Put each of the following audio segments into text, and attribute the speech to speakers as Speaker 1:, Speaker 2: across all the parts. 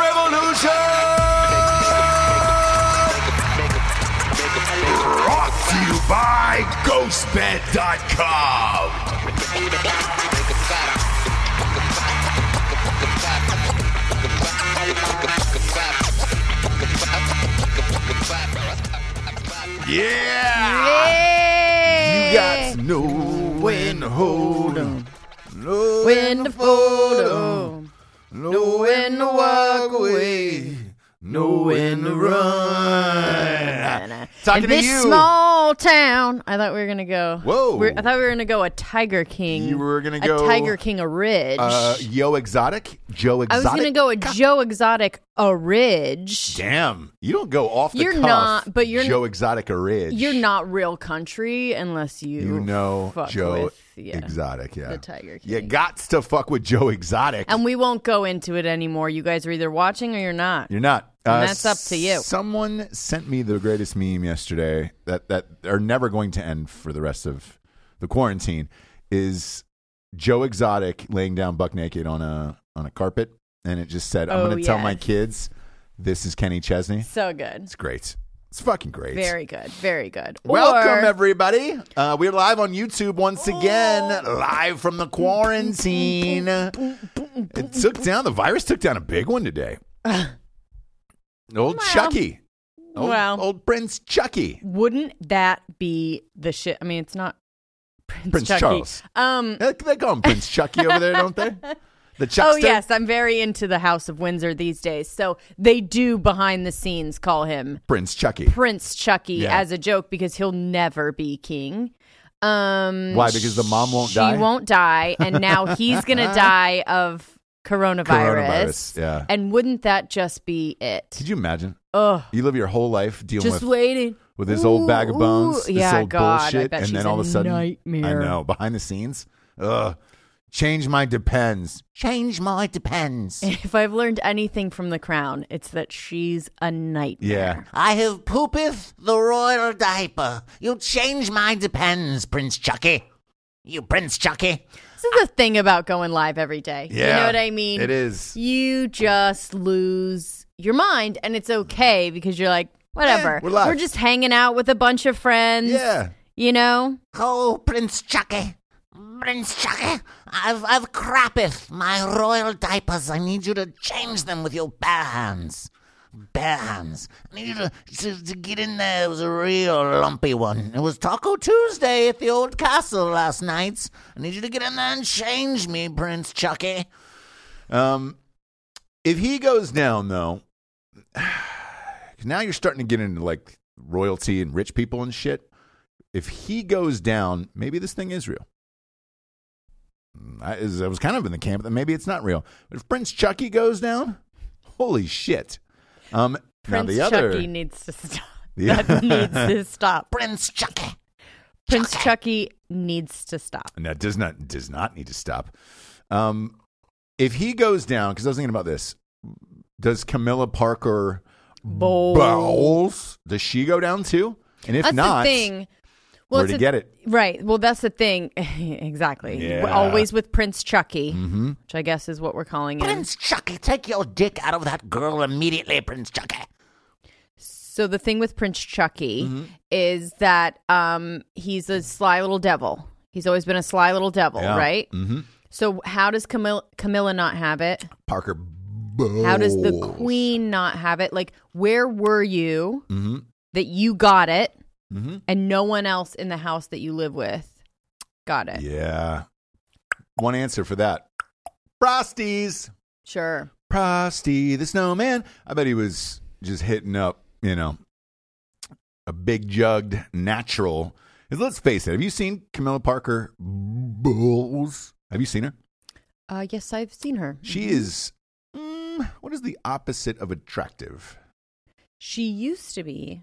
Speaker 1: Revolution! Brought to you by GhostBed.com. Yeah!
Speaker 2: You got to know when to hold 'em, know
Speaker 3: When
Speaker 2: to
Speaker 3: the
Speaker 2: fold 'em,
Speaker 3: photo.
Speaker 2: know when to walk away, know when to run. Talking
Speaker 3: In
Speaker 2: to
Speaker 3: this
Speaker 2: you.
Speaker 3: small town, I thought we were gonna go.
Speaker 2: Whoa.
Speaker 3: We're- I thought we were gonna go a Tiger King.
Speaker 2: You were gonna
Speaker 3: a
Speaker 2: go,
Speaker 3: Tiger King a ridge.
Speaker 2: uh, Yo Exotic, Joe
Speaker 3: I was
Speaker 2: Exotic.
Speaker 3: gonna go a Joe Exotic a ridge.
Speaker 2: Damn, you don't go off the
Speaker 3: You're
Speaker 2: cuff,
Speaker 3: not- but you're-
Speaker 2: Joe Exotic or Ridge.
Speaker 3: You're not real country unless you
Speaker 2: You know
Speaker 3: fuck
Speaker 2: Joe
Speaker 3: with, yeah.
Speaker 2: Exotic, yeah.
Speaker 3: the Tiger
Speaker 2: You
Speaker 3: King.
Speaker 2: got to fuck with Joe Exotic.
Speaker 3: And we won't go into it anymore. You guys are either watching or you're not.
Speaker 2: You're not. Uh,
Speaker 3: And that's up to you.
Speaker 2: Someone sent me the greatest meme yesterday that that are never going to end for the rest of the quarantine. Is Joe Exotic laying down buck naked on a on a carpet, and it just said, "I'm
Speaker 3: Oh,
Speaker 2: going to tell my
Speaker 3: yes.
Speaker 2: kids this is Kenny Chesney."
Speaker 3: so good.
Speaker 2: It's great. It's fucking great.
Speaker 3: Very good. Very good.
Speaker 2: Welcome
Speaker 3: Or- Oh.
Speaker 2: everybody. Uh, we're live on YouTube once again, live from the quarantine. It took down the virus took down a big one today. old
Speaker 3: Well.
Speaker 2: Chucky. Old,
Speaker 3: Well.
Speaker 2: old Prince Chucky.
Speaker 3: Wouldn't that be the shit? I mean, it's not Prince,
Speaker 2: Prince
Speaker 3: Chucky.
Speaker 2: Charles.
Speaker 3: Um.
Speaker 2: They, they call him Prince Chucky over there, don't they? The Chuckster.
Speaker 3: Oh yes, I'm very into the House of Windsor these days. So they do behind the scenes call him
Speaker 2: Prince Chucky.
Speaker 3: Prince Chucky
Speaker 2: Yeah.
Speaker 3: as a joke because he'll never be king. Um,
Speaker 2: Why? Because the mom won't
Speaker 3: she
Speaker 2: die?
Speaker 3: won't die, and now he's gonna die of coronavirus.
Speaker 2: Coronavirus, yeah.
Speaker 3: And wouldn't that just be it?
Speaker 2: Could you imagine?
Speaker 3: Ugh,
Speaker 2: You live your whole life dealing
Speaker 3: just
Speaker 2: with
Speaker 3: waiting
Speaker 2: with his old bag of bones, this
Speaker 3: yeah,
Speaker 2: old
Speaker 3: God, I
Speaker 2: bullshit,
Speaker 3: bet
Speaker 2: and
Speaker 3: she's
Speaker 2: then all
Speaker 3: a
Speaker 2: of a sudden,
Speaker 3: nightmare.
Speaker 2: I know behind the scenes, ugh, change my depends, change my depends.
Speaker 3: If I've learned anything from The Crown, it's that she's a
Speaker 2: yeah,
Speaker 3: nightmare.
Speaker 4: I have poopeth the royal diaper. You change my depends, Prince Chucky. You Prince Chucky.
Speaker 3: This is the thing about going live every day. You know
Speaker 2: Yeah,
Speaker 3: what I mean?
Speaker 2: it is.
Speaker 3: You just lose your mind, and it's okay because you're
Speaker 2: Eh,
Speaker 3: like, whatever.
Speaker 2: Yeah, we're live.
Speaker 3: just hanging out with a bunch of friends.
Speaker 2: yeah.
Speaker 3: You know?
Speaker 4: Oh, Prince Chucky. Prince Chucky, I've, I've crappeth my royal diapers. I need you to change them with your bare hands. Bare hands. I need you to, to, to get in there. It was a real lumpy one. It was Taco Tuesday at the old castle last night. I need you to get in there and change me, Prince Chucky.
Speaker 2: Um, if he goes down though, now you're starting to get into like royalty and rich people and shit. If he goes down, maybe this thing is real. I, is- I was kind of in the camp that maybe it's not real. But if Prince Chucky goes down, Holy shit. Um,
Speaker 3: Prince
Speaker 2: now the other.
Speaker 3: Chucky needs to stop.
Speaker 2: Yeah.
Speaker 3: That needs to stop.
Speaker 4: Prince Chucky.
Speaker 3: Prince Chucky needs to stop.
Speaker 2: No, does not does not need to stop. Um, if he goes down, because I was thinking about this, does Camilla Parker
Speaker 3: Bowl.
Speaker 2: Bowles does she go down too? And if
Speaker 3: That's
Speaker 2: not,
Speaker 3: the thing. Well,
Speaker 2: where
Speaker 3: it's
Speaker 2: to
Speaker 3: a-
Speaker 2: get it?
Speaker 3: Right. Well, that's the thing. exactly.
Speaker 2: Yeah. Mm-hmm.
Speaker 3: Always with Prince Chucky, which I guess is what we're calling it.
Speaker 4: Prince Chucky, take your dick out of that girl immediately, Prince Chucky.
Speaker 3: So the thing with Prince Chucky
Speaker 2: Mm-hmm.
Speaker 3: is that um, he's a sly little devil. He's always been a sly little devil,
Speaker 2: Yeah.
Speaker 3: right? Mm-hmm. So how does Camilla, Camilla not have it?
Speaker 2: Parker Bowles.
Speaker 3: How does the
Speaker 2: Oh.
Speaker 3: queen not have it? Like, where were you
Speaker 2: Mm-hmm.
Speaker 3: that you got it and no one else in the house that you live with got it?
Speaker 2: Yeah, one answer for that. Frosties,
Speaker 3: Sure.
Speaker 2: Frosty the Snowman. I bet he was just hitting up, you know, a big jugged natural. 'Cause Let's face it. Have you seen Camilla Parker Bowles? Have you seen her?
Speaker 3: Uh, yes, I've seen her.
Speaker 2: She is. Mm, what is the opposite of attractive?
Speaker 3: She used to be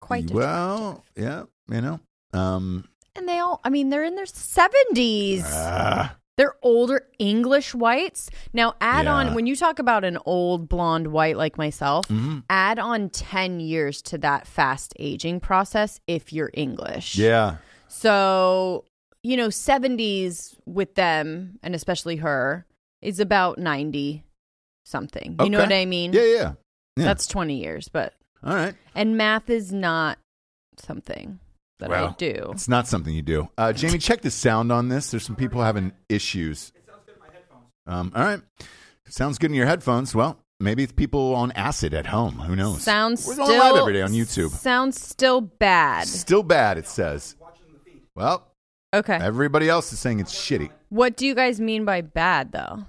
Speaker 3: quite
Speaker 2: well. Yeah, you know. Um,
Speaker 3: and they all, I mean, they're in their 70s.
Speaker 2: ah,
Speaker 3: They're older English whites. Now, add
Speaker 2: Yeah.
Speaker 3: on, when you talk about an old blonde white like myself,
Speaker 2: Mm-hmm.
Speaker 3: add on 10 years to that fast aging process if you're English.
Speaker 2: yeah.
Speaker 3: So, you know, 70s with them, and especially her, is about 90 something. You know
Speaker 2: Okay.
Speaker 3: what I mean?
Speaker 2: Yeah, yeah. yeah.
Speaker 3: That's 20 years, but,
Speaker 2: all right.
Speaker 3: and math is not something that I
Speaker 2: Well,
Speaker 3: do.
Speaker 2: It's not something you do. Uh, Jamie, check the sound on this. There's some people having issues. Um, all right. Sounds good in your headphones. Well, maybe it's people on acid at home. Who knows?
Speaker 3: Sounds
Speaker 2: We're
Speaker 3: still
Speaker 2: going live every day on YouTube.
Speaker 3: Sounds still bad.
Speaker 2: Still bad, it says. Well,
Speaker 3: Okay.
Speaker 2: everybody else is saying it's shitty.
Speaker 3: What do you guys mean by bad though?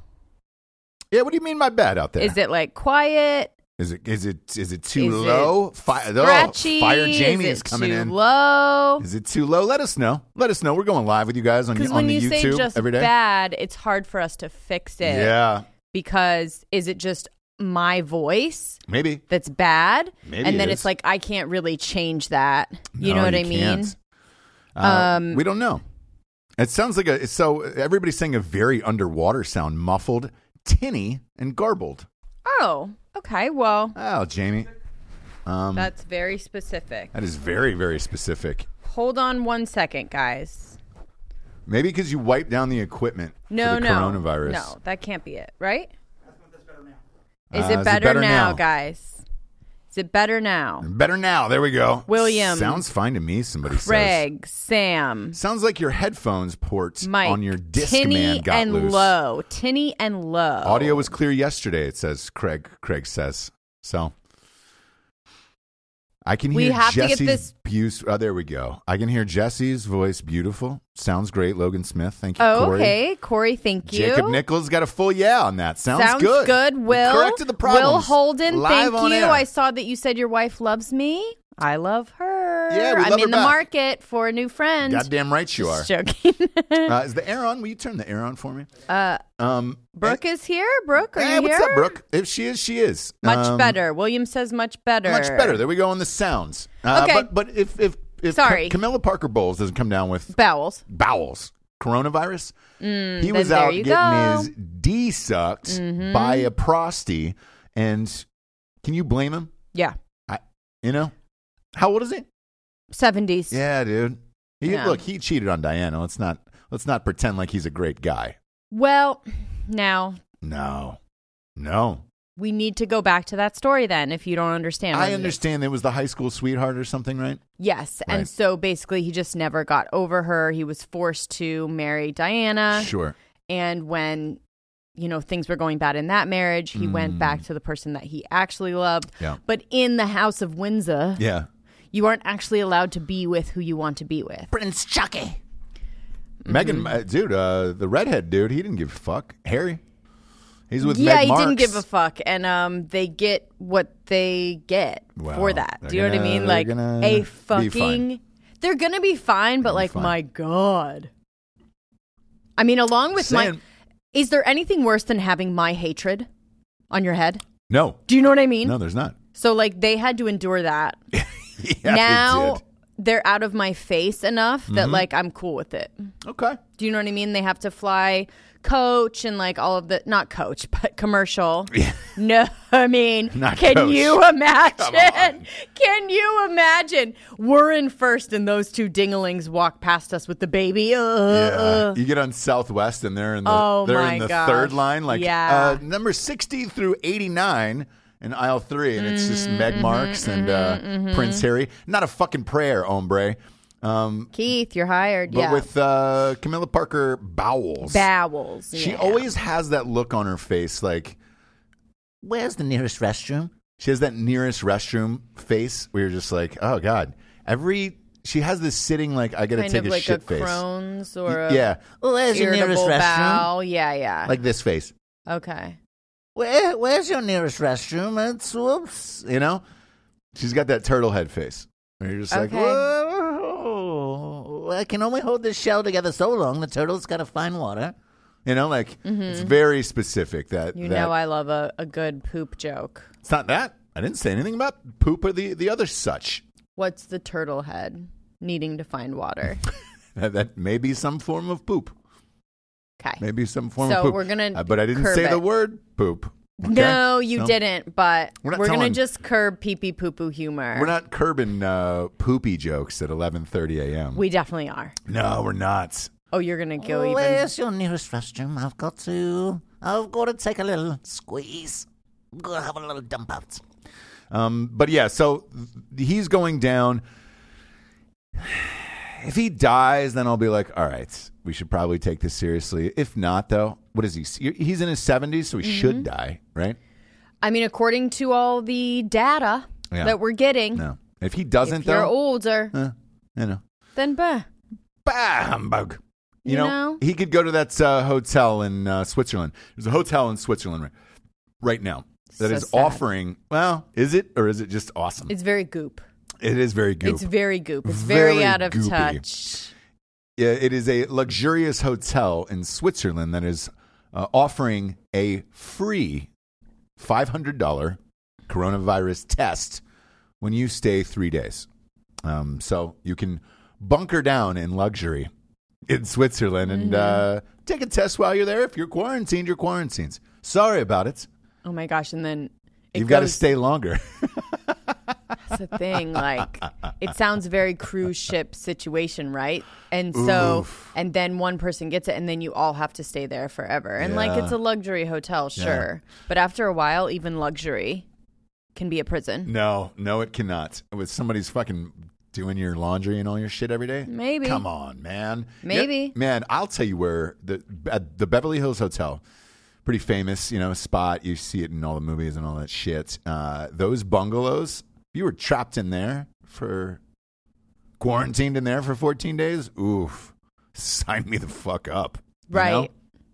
Speaker 2: Yeah, what do you mean by bad out there?
Speaker 3: Is it like quiet?
Speaker 2: Is it is it is it too
Speaker 3: Is it
Speaker 2: low? Fi- oh,
Speaker 3: Scratchy?
Speaker 2: Fire Jamie
Speaker 3: it
Speaker 2: is, coming
Speaker 3: too
Speaker 2: in.
Speaker 3: Low.
Speaker 2: Is it too low? Let us know. Let us know. We're going live with you guys on
Speaker 3: Because
Speaker 2: on
Speaker 3: when
Speaker 2: the
Speaker 3: you
Speaker 2: YouTube
Speaker 3: say just
Speaker 2: every day.
Speaker 3: bad, it's hard for us to fix it.
Speaker 2: Yeah,
Speaker 3: Because is it just my voice
Speaker 2: maybe.
Speaker 3: that's bad?
Speaker 2: Maybe
Speaker 3: and
Speaker 2: it
Speaker 3: then
Speaker 2: is.
Speaker 3: it's like I can't really change that. You
Speaker 2: No,
Speaker 3: know what I mean?
Speaker 2: can't. Uh,
Speaker 3: Um,
Speaker 2: we don't know. It sounds like a so everybody's saying a very underwater sound, muffled, tinny, and garbled.
Speaker 3: Oh, okay. Well,
Speaker 2: Oh, Jamie, um,
Speaker 3: that's very specific.
Speaker 2: that is very very specific.
Speaker 3: Hold on one second, guys.
Speaker 2: Maybe because you wiped down the equipment
Speaker 3: No,
Speaker 2: for the
Speaker 3: no.
Speaker 2: coronavirus.
Speaker 3: No, that can't be it, right? Is
Speaker 2: Uh,
Speaker 3: it better, now, guys? Is it better now?
Speaker 2: Better now. There we go.
Speaker 3: William.
Speaker 2: sounds fine to me. Somebody says.
Speaker 3: Craig, Sam,
Speaker 2: Sounds like your headphones port
Speaker 3: Mike,
Speaker 2: on your disc
Speaker 3: tinny
Speaker 2: man got
Speaker 3: and
Speaker 2: loose.
Speaker 3: low, tinny and low.
Speaker 2: Audio was clear yesterday, it says Craig Craig says. So I can
Speaker 3: We
Speaker 2: hear
Speaker 3: have to get
Speaker 2: Jesse's
Speaker 3: this-
Speaker 2: buse- oh, there we go. I can hear Jesse's voice beautiful. Sounds great, Logan Smith. Thank you,
Speaker 3: Oh,
Speaker 2: Corey.
Speaker 3: okay, Corey, thank you.
Speaker 2: Jacob Nichols got a full yeah on that. Sounds, good.
Speaker 3: Will
Speaker 2: corrected the problem.
Speaker 3: Will Holden,
Speaker 2: Live
Speaker 3: thank
Speaker 2: on
Speaker 3: you.
Speaker 2: air.
Speaker 3: I saw that you said your wife loves me. I love her.
Speaker 2: Yeah, we
Speaker 3: I'm
Speaker 2: love her
Speaker 3: in the
Speaker 2: back.
Speaker 3: market for a new friend.
Speaker 2: Goddamn right you are.
Speaker 3: Just joking.
Speaker 2: Uh, is the air on? Will you turn the air on for me?
Speaker 3: Uh,
Speaker 2: Um,
Speaker 3: Brooke is here. Brooke, are
Speaker 2: hey,
Speaker 3: you
Speaker 2: what's
Speaker 3: here?
Speaker 2: up, Brooke? If she is, she is.
Speaker 3: Much
Speaker 2: Um,
Speaker 3: better. William says much better.
Speaker 2: Much better. There we go on the sounds. Uh,
Speaker 3: Okay.
Speaker 2: But, but if if if
Speaker 3: Sorry.
Speaker 2: Ca- Camilla Parker Bowles doesn't come down with
Speaker 3: Bowels.
Speaker 2: bowels, coronavirus, he was
Speaker 3: Mm, then there
Speaker 2: out
Speaker 3: you
Speaker 2: getting
Speaker 3: go. Mm-hmm.
Speaker 2: his D sucked by a prosty, and can you blame him?
Speaker 3: Yeah.
Speaker 2: I, you know, how old is he?
Speaker 3: 70s.
Speaker 2: Yeah, dude. He,
Speaker 3: Yeah.
Speaker 2: Look, he cheated on Diana. Let's not let's not pretend like he's a great guy.
Speaker 3: Well, now
Speaker 2: No, no.
Speaker 3: we need to go back to that story then if you don't understand. what
Speaker 2: I
Speaker 3: it is.
Speaker 2: understand it was the high school sweetheart or something, right?
Speaker 3: Yes.
Speaker 2: Right.
Speaker 3: And so basically, he just never got over her. He was forced to marry Diana.
Speaker 2: sure.
Speaker 3: And when, you know, things were going bad in that marriage, he went back to the person that he actually loved.
Speaker 2: Mm. Yeah.
Speaker 3: But in the House of Windsor,
Speaker 2: Yeah.
Speaker 3: you aren't actually allowed to be with who you want to be with.
Speaker 4: Prince Chucky.
Speaker 3: Mm-hmm.
Speaker 2: Megan, uh, dude, uh, the redhead dude, he didn't give a fuck. Harry, he's with
Speaker 3: yeah,
Speaker 2: Meg
Speaker 3: he didn't
Speaker 2: Marks.
Speaker 3: give a fuck, and um, they get what they get
Speaker 2: Well,
Speaker 3: for that.
Speaker 2: they're
Speaker 3: Do you know what
Speaker 2: gonna-
Speaker 3: I
Speaker 2: they're
Speaker 3: mean? Like
Speaker 2: gonna
Speaker 3: a
Speaker 2: be fine.
Speaker 3: fucking, they're gonna be fine, but
Speaker 2: be
Speaker 3: like
Speaker 2: fine.
Speaker 3: my god. I mean, along with my,
Speaker 2: Saying-
Speaker 3: is there anything worse than having my hatred on your head?
Speaker 2: No,
Speaker 3: Do you know what I mean?
Speaker 2: no, there's not.
Speaker 3: So like they had to endure that.
Speaker 2: Yeah, they did.
Speaker 3: now
Speaker 2: Mm-hmm.
Speaker 3: they're out of my face enough that like I'm cool with it.
Speaker 2: Okay.
Speaker 3: Do you know what I mean? They have to fly coach and like all of the not coach, but commercial. no, I mean,
Speaker 2: Not
Speaker 3: can
Speaker 2: coach.
Speaker 3: you imagine? Can you imagine? We're in first and those two dinglings walk past us with the baby. Uh,
Speaker 2: Yeah.
Speaker 3: uh.
Speaker 2: You get on Southwest and they're in the
Speaker 3: Oh
Speaker 2: they're
Speaker 3: my
Speaker 2: in the
Speaker 3: gosh.
Speaker 2: third line, like
Speaker 3: Yeah.
Speaker 2: uh, number sixty through eighty nine in aisle three, and it's just
Speaker 3: Mm-hmm,
Speaker 2: Meg Marks and uh, Prince Harry. Not a fucking prayer, hombre. Um,
Speaker 3: Keith, you're hired.
Speaker 2: but
Speaker 3: yeah.
Speaker 2: with uh, Camilla Parker Bowles,
Speaker 3: bowels.
Speaker 2: she
Speaker 3: yeah.
Speaker 2: always has that look on her face, like
Speaker 4: Where's the nearest restroom?
Speaker 2: she has that nearest restroom face where you're just like, oh god, every. She has this sitting like I gotta
Speaker 3: kind
Speaker 2: take
Speaker 3: of
Speaker 2: a
Speaker 3: like
Speaker 2: shit
Speaker 3: a
Speaker 2: face.
Speaker 3: Crohn's
Speaker 2: Y-
Speaker 3: or a
Speaker 2: yeah,
Speaker 4: Where's your nearest
Speaker 3: irritable
Speaker 4: restroom?
Speaker 3: bowel. Yeah, yeah.
Speaker 2: like this face.
Speaker 3: okay.
Speaker 4: Where, where's your nearest restroom? It's whoops.
Speaker 2: you know? She's got that turtle head face. And you're just like,
Speaker 3: Okay.
Speaker 2: "What?"
Speaker 4: Whoa. Uh, I can only hold this shell together so long. The turtle's got to find water.
Speaker 2: you know, like it's very specific that,
Speaker 3: Mm-hmm. You
Speaker 2: that-
Speaker 3: know I love a, a good poop joke.
Speaker 2: it's not that. I didn't say anything about poop or the, the other such.
Speaker 3: What's the turtle head needing to find water?
Speaker 2: That, that may be some form of poop.
Speaker 3: Okay.
Speaker 2: Maybe some form
Speaker 3: So
Speaker 2: of poop.
Speaker 3: we're gonna
Speaker 2: Uh, but I didn't
Speaker 3: curb
Speaker 2: say the
Speaker 3: it.
Speaker 2: word poop. okay?
Speaker 3: No, you
Speaker 2: So
Speaker 3: didn't, but
Speaker 2: We're
Speaker 3: we're,
Speaker 2: not
Speaker 3: gonna
Speaker 2: telling-
Speaker 3: just curb pee pee poo poo humor.
Speaker 2: We're not curbing uh, poopy jokes at 11:30 a.m.
Speaker 3: We definitely are.
Speaker 2: no, we're not.
Speaker 3: Oh, you're gonna go
Speaker 2: eh.
Speaker 3: even
Speaker 4: Where's your nearest restroom? I've got to. I've got to take a little squeeze. I'm going to have a little dump out.
Speaker 2: Um, but yeah, so th- he's going down. If he dies, then I'll be like, all right, we should probably take this seriously. If not, though, what is he? He's in his 70s, so he
Speaker 3: Mm-hmm.
Speaker 2: should die, right?
Speaker 3: I mean, according to all the data
Speaker 2: Yeah.
Speaker 3: that we're getting,
Speaker 2: No. If he
Speaker 3: if
Speaker 2: doesn't,
Speaker 3: you're
Speaker 2: though,
Speaker 3: older,
Speaker 2: eh, you know,
Speaker 3: then bah.
Speaker 2: bah, humbug. You,
Speaker 3: You
Speaker 2: know,
Speaker 3: know?
Speaker 2: he could go to that uh, hotel in uh, Switzerland. There's a hotel in Switzerland right, right now that
Speaker 3: So
Speaker 2: is
Speaker 3: sad.
Speaker 2: offering, well, is it or is it just awesome?
Speaker 3: It's very goop.
Speaker 2: It is very goop.
Speaker 3: It's very goop. It's very,
Speaker 2: Very
Speaker 3: out of
Speaker 2: goopy.
Speaker 3: touch.
Speaker 2: Yeah, it is a luxurious hotel in Switzerland that is uh, offering a free $500 coronavirus test when you stay three days. Um, so you can bunker down in luxury in Switzerland and uh,
Speaker 3: Mm-hmm.
Speaker 2: take a test while you're there. If you're quarantined, you're quarantined. Sorry about it.
Speaker 3: Oh my gosh! And then it
Speaker 2: You've got to
Speaker 3: goes-
Speaker 2: stay longer.
Speaker 3: That's the thing. Like, it sounds very cruise ship situation, right? And so, and then one person gets it, and then you all have to stay there forever. And like, it's a luxury hotel, sure, but after a while, even luxury can be a prison.
Speaker 2: no, no, it cannot. With somebody's fucking doing your laundry and all your shit every day.
Speaker 3: Maybe.
Speaker 2: Come on, man.
Speaker 3: Maybe.
Speaker 2: Yeah, man, I'll tell you where the at the Beverly Hills Hotel, pretty famous, you know, spot. You see it in all the movies and all that shit. Uh, those bungalows, if you were trapped in there for quarantined in there for 14 days. Oof. Sign me the fuck up. you
Speaker 3: Right.
Speaker 2: know?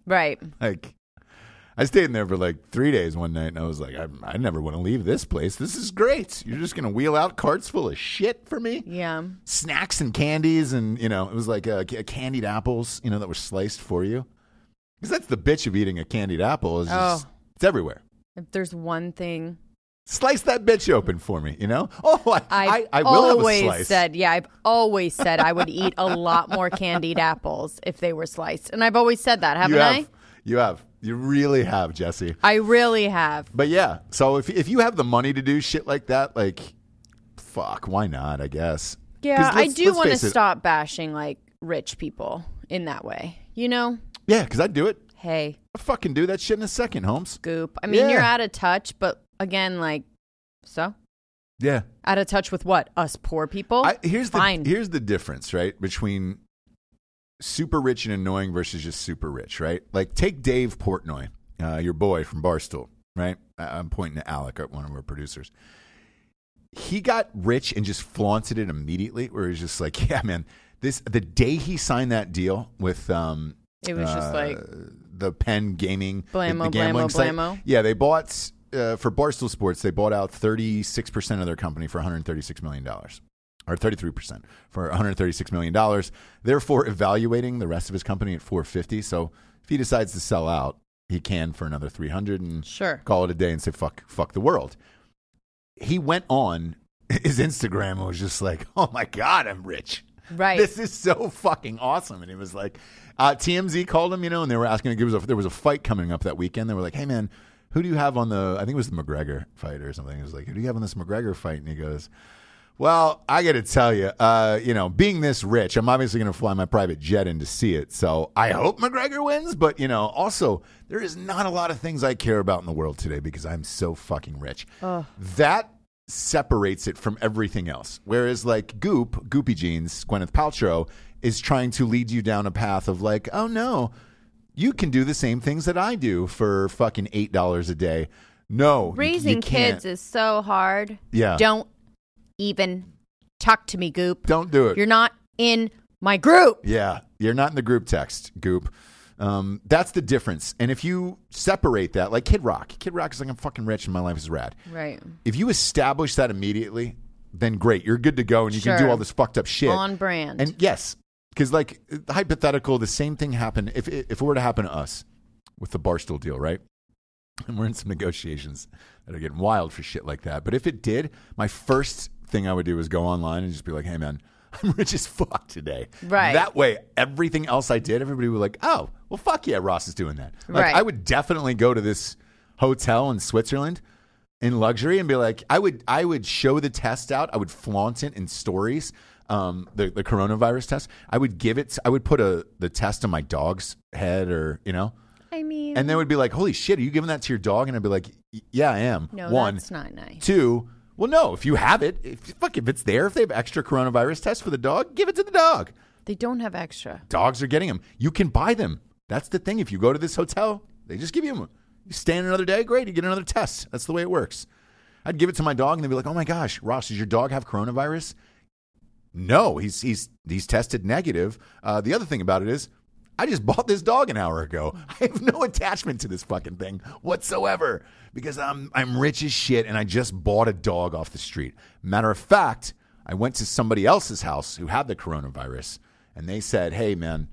Speaker 3: Right.
Speaker 2: Like I stayed in there for like three days one night, and I was like, I, I never want to leave this place. This is great. You're just gonna wheel out carts full of shit for me
Speaker 3: Yeah.
Speaker 2: snacks and candies and you know it was like uh, ca- candied apples you know that were sliced for you because that's the bitch of eating a candied apple is just,
Speaker 3: Oh.
Speaker 2: it's everywhere
Speaker 3: If there's one thing
Speaker 2: slice that bitch open for me you know oh i, I,
Speaker 3: I've
Speaker 2: I will have a
Speaker 3: always
Speaker 2: slice
Speaker 3: said, yeah, I've always said I would eat a lot more candied apples if they were sliced, and I've always said that, haven't
Speaker 2: you have
Speaker 3: I?
Speaker 2: you have you really have jesse
Speaker 3: I really have.
Speaker 2: but yeah so if, if you have the money to do shit like that like fuck why not i guess 'Cause
Speaker 3: Yeah, I
Speaker 2: let's-
Speaker 3: do
Speaker 2: let's
Speaker 3: want to
Speaker 2: face it-
Speaker 3: stop bashing like rich people in that way. You know,
Speaker 2: yeah because i'd do it
Speaker 3: hey,
Speaker 2: i fucking do that shit in a second holmes
Speaker 3: goop. I mean, you're
Speaker 2: Yeah.
Speaker 3: out of touch, but again, like, so
Speaker 2: yeah
Speaker 3: out of touch with what us poor people.
Speaker 2: I, here's
Speaker 3: Fine.
Speaker 2: the here's the difference, right, between super rich and annoying versus just super rich, right? Like take Dave Portnoy, uh, your boy from Barstool, right? I, I'm pointing to Alec, uh, one of our producers. He got rich and just flaunted it immediately, where he's just like, "Yeah, man, this." The day he signed that deal with um,
Speaker 3: it was just like
Speaker 2: Uh, the Penn Gaming, the-
Speaker 3: Blammo,
Speaker 2: the gambling
Speaker 3: blammo,
Speaker 2: site.
Speaker 3: blammo.
Speaker 2: Yeah, they bought uh, for Barstool Sports. They bought out thirty six percent of their company for one hundred thirty six million dollars, or thirty three percent for one hundred thirty six million dollars. Therefore, evaluating the rest of his company at four fifty. So if he decides to sell out, he can for another 300 and
Speaker 3: Sure.
Speaker 2: call it a day and say fuck fuck the world. He went on his Instagram and was just like, "Oh my god, I'm rich."
Speaker 3: Right.
Speaker 2: This is so fucking awesome. And it was like, uh, TMZ called him, you know, and they were asking. There was, a, there was a fight coming up that weekend. They were like, hey, man, who do you have on the, I think it was the McGregor fight or something. It was like, who do you have on this McGregor fight? And he goes, well, I got to tell you, uh, you know, being this rich, I'm obviously going to fly my private jet in to see it. So I hope McGregor wins. But, you know, also, there is not a lot of things I care about in the world today because I'm so fucking rich. That separates it from everything else. Whereas, like Goop, Goopy Jeans, Gwyneth Paltrow is trying to lead you down a path of like, oh no, you can do the same things that I do for fucking $8 a day. No. you- you
Speaker 3: Raising
Speaker 2: can't.
Speaker 3: kids is so hard.
Speaker 2: Yeah.
Speaker 3: Don't even talk to me, Goop.
Speaker 2: Don't do it.
Speaker 3: You're not in my group.
Speaker 2: Yeah, you're not in the group text, Goop. Um, that's the difference. And if you separate that, like Kid Rock, Kid Rock is like, I'm fucking rich and my life is rad.
Speaker 3: Right.
Speaker 2: If you establish that immediately, then great, you're good to go and you can do
Speaker 3: Sure.
Speaker 2: all this fucked up shit.
Speaker 3: On brand.
Speaker 2: And yes, because like hypothetical, the same thing happened if if it were to happen to us with the Barstool deal, right? And we're in some negotiations that are getting wild for shit like that. But if it did, my first thing I would do is go online and just be like, "Hey, man, I'm rich as fuck today."
Speaker 3: Right.
Speaker 2: That way, everything else I did, everybody would be like, "Oh, well, fuck yeah, Ross is doing that." Like,
Speaker 3: Right.
Speaker 2: I would definitely go to this hotel in Switzerland in luxury and be like, I would I would show the test out. I would flaunt it in stories. Um, the the coronavirus test. I would give it. I would put a the test on my dog's head, or you know,
Speaker 3: I mean,
Speaker 2: and they would be like, "Holy shit, are you giving that to your dog?" And I'd be like, "Y- "Yeah, I am."
Speaker 3: no,
Speaker 2: One,
Speaker 3: that's not nice.
Speaker 2: two. Well, no. If you have it, if, fuck, if it's there, if they have extra coronavirus tests for the dog, give it to the dog.
Speaker 3: They don't have extra.
Speaker 2: Dogs are getting them. You can buy them. That's the thing. If you go to this hotel, they just give you them. You stay in another day, great. You get another test. That's the way it works. I'd give it to my dog, and they'd be like, "Oh my gosh, Ross, does your dog have coronavirus?" No, he's he's he's tested negative. Uh, the other thing about it is, I just bought this dog an hour ago. I have no attachment to this fucking thing whatsoever because I'm I'm rich as shit, and I just bought a dog off the street. Matter of fact, I went to somebody else's house who had the coronavirus, and they said, "Hey, man."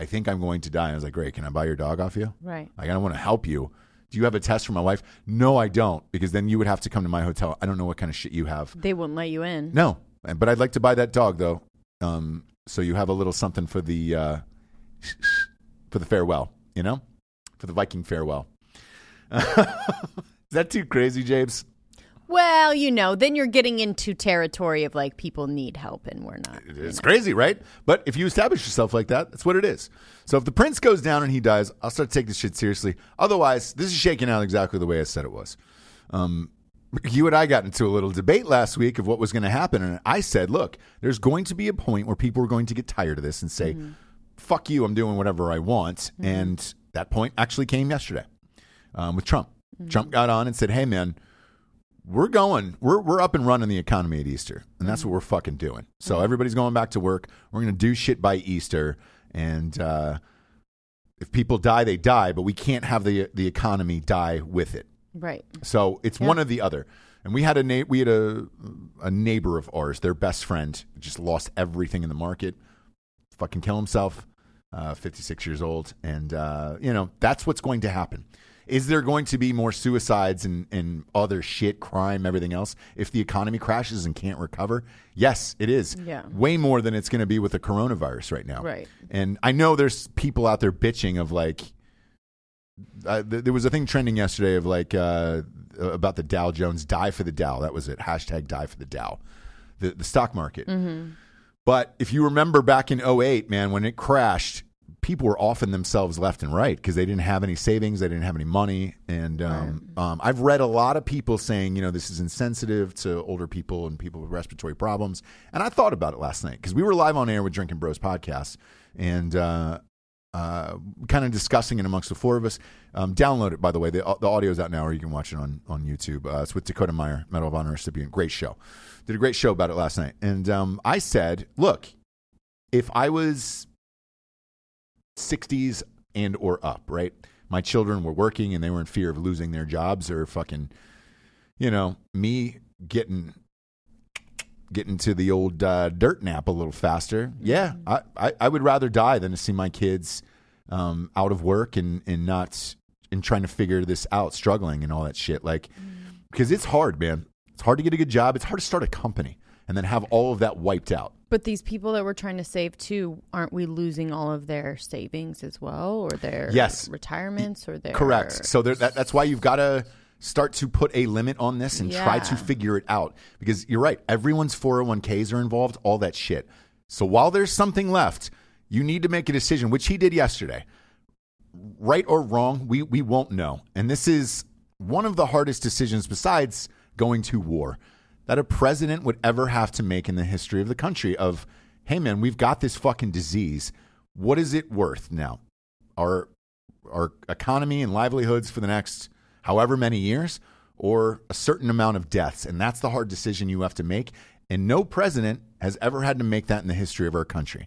Speaker 2: I think I'm going to die. And I was like, great, can I buy your dog off you?
Speaker 3: Right.
Speaker 2: Like, I don't want to help you. Do you have a test for my wife? No, I don't, because then you would have to come to my hotel. I don't know what kind of shit you have.
Speaker 3: They wouldn't let you in.
Speaker 2: No, but I'd like to buy that dog though. Um, so you have a little something for the uh, for the farewell, you know, for the Viking farewell. Is that too crazy, James?
Speaker 3: Well, you know, then you're getting into territory of like people need help and we're not.
Speaker 2: It's crazy, right? But if you establish yourself like that, that's what it is. So if the prince goes down and he dies, I'll start taking this shit seriously. Otherwise, this is shaking out exactly the way I said it was. Um, you and I got into a little debate last week of what was going to happen. And I said, look, there's going to be a point where people are going to get tired of this and say, fuck you, I'm doing whatever I want. And that point actually came yesterday um, with Trump. Trump got on and said, hey, man, we're going, we're, we're up and running the economy at Easter. And that's what we're fucking doing. So everybody's going back to work. We're going to do shit by Easter. And, uh, if people die, they die, but we can't have the the economy die with it.
Speaker 3: Right.
Speaker 2: So it's one or the other. And we had a na- we had a a neighbor of ours, their best friend, just lost everything in the market, fucking kill himself, uh, fifty six years old, and uh, you know that's what's going to happen. Is there going to be more suicides and, and other shit, crime, everything else, if the economy crashes and can't recover? Yes, it is.
Speaker 3: Yeah.
Speaker 2: Way more than it's going to be with the coronavirus right now.
Speaker 3: Right.
Speaker 2: And I know there's people out there bitching of like, uh, th- there was a thing trending yesterday of like uh, about the Dow Jones die for the Dow. That was it. Hashtag die for the Dow, the, the stock market.
Speaker 3: Mm-hmm.
Speaker 2: But if you remember back in 08, man, when it crashed, people were offing themselves left and right because they didn't have any savings, they didn't have any money, and um, um, I've read a lot of people saying, you know, this is insensitive to older people and people with respiratory problems. And I thought about it last night because we were live on air with Drinking Bros podcast, and uh, uh, kind of discussing it amongst the four of us. Um, download it, by the way. The, the audio's out now, or you can watch it on on YouTube. Uh, it's with Dakota Meyer, Medal of Honor recipient. Great show. Did a great show about it last night. And um, I said, look, if I was 60s and or up, right? My children were working and they were in fear of losing their jobs or fucking, you know, me getting getting to the old uh, dirt nap a little faster. Yeah, I, I, I would rather die than to see my kids um, out of work and, and not and trying to figure this out, struggling and all that shit. Like, because it's hard, man. It's hard to get a good job. It's hard to start a company and then have all of that wiped out.
Speaker 3: But these people that we're trying to save too, aren't we losing all of their savings as well, or their
Speaker 2: Yes.
Speaker 3: retirements, or their
Speaker 2: Correct. So there, that, that's why you've got to start to put a limit on this and try to
Speaker 3: Yeah.
Speaker 2: figure it out because you're right. Everyone's 401ks are involved, all that shit. So while there's something left, you need to make a decision, which he did yesterday. Right or wrong, we, we won't know. And this is one of the hardest decisions besides going to war that a president would ever have to make in the history of the country of, hey man, we've got this fucking disease. What is it worth now? Our our economy and livelihoods for the next however many years or a certain amount of deaths. And that's the hard decision you have to make. And no president has ever had to make that in the history of our country.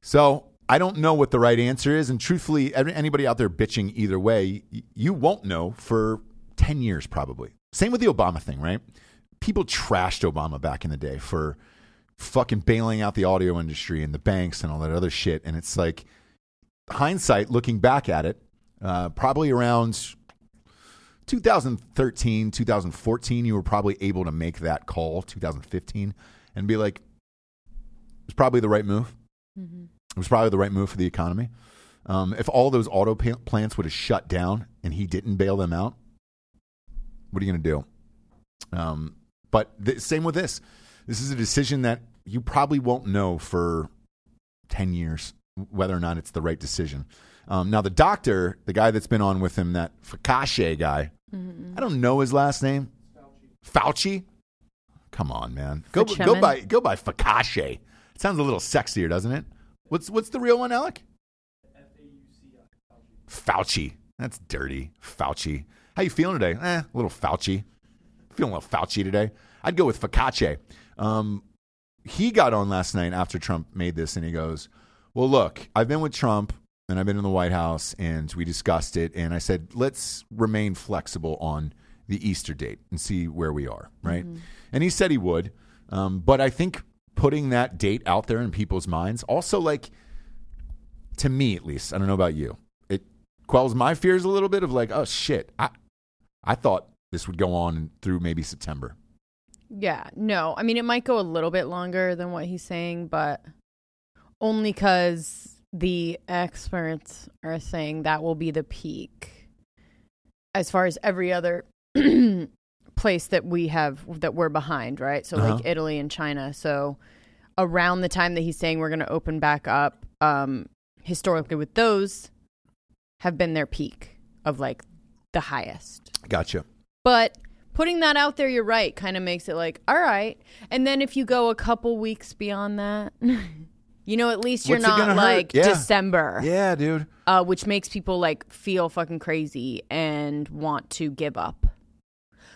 Speaker 2: So I don't know what the right answer is. And truthfully, every- anybody out there bitching either way, y- you won't know for 10 years probably. Same with the Obama thing, right? People trashed Obama back in the day for fucking bailing out the audio industry and the banks and all that other shit. And it's like, hindsight, looking back at it, uh, probably around 2013, 2014, you were probably able to make that call, 2015, and be like, it's probably the right move. It was probably the right move for the economy. Um, if all those auto pa- plants would have shut down and he didn't bail them out, what are you going to do? Um, but th- same with this. This is a decision that you probably won't know for 10 years whether or not it's the right decision. Um, now, the doctor, the guy that's been on with him, that Fakashe guy, I don't know his last name. Fauci. Come on, man. Go, go
Speaker 3: Fachemin.
Speaker 2: by go by Fakashe. It sounds a little sexier, doesn't it? What's what's the real one, Alec? Fauci. That's dirty. Fauci. How you feeling today? Eh, a little Fauci. Feeling a little Fauci today. I'd go with Fakache. Um, he got on last night after Trump made this and he goes, Well, look, I've been with Trump and I've been in the White House and we discussed it. And I said, Let's remain flexible on the Easter date and see where we are. Right. And he said he would. Um, but I think putting that date out there in people's minds also, like, to me at least, I don't know about you, it quells my fears a little bit of like, Oh shit, I, I thought this would go on through maybe September.
Speaker 3: Yeah, no. I mean, it might go a little bit longer than what he's saying, but only because the experts are saying that will be the peak as far as every other place that we have that we're behind, right? So,
Speaker 2: Uh-huh.
Speaker 3: like Italy and China. So, around the time that he's saying we're going to open back up, um, historically, with those have been their peak of like the highest.
Speaker 2: Gotcha.
Speaker 3: But putting that out there, you're right, kind of makes it like, all right. And then if you go a couple weeks beyond that, you know, at least you're
Speaker 2: What's it gonna
Speaker 3: not
Speaker 2: hurt?
Speaker 3: like
Speaker 2: Yeah.
Speaker 3: December,
Speaker 2: Yeah, dude.
Speaker 3: uh, which makes people like feel fucking crazy and want to give up.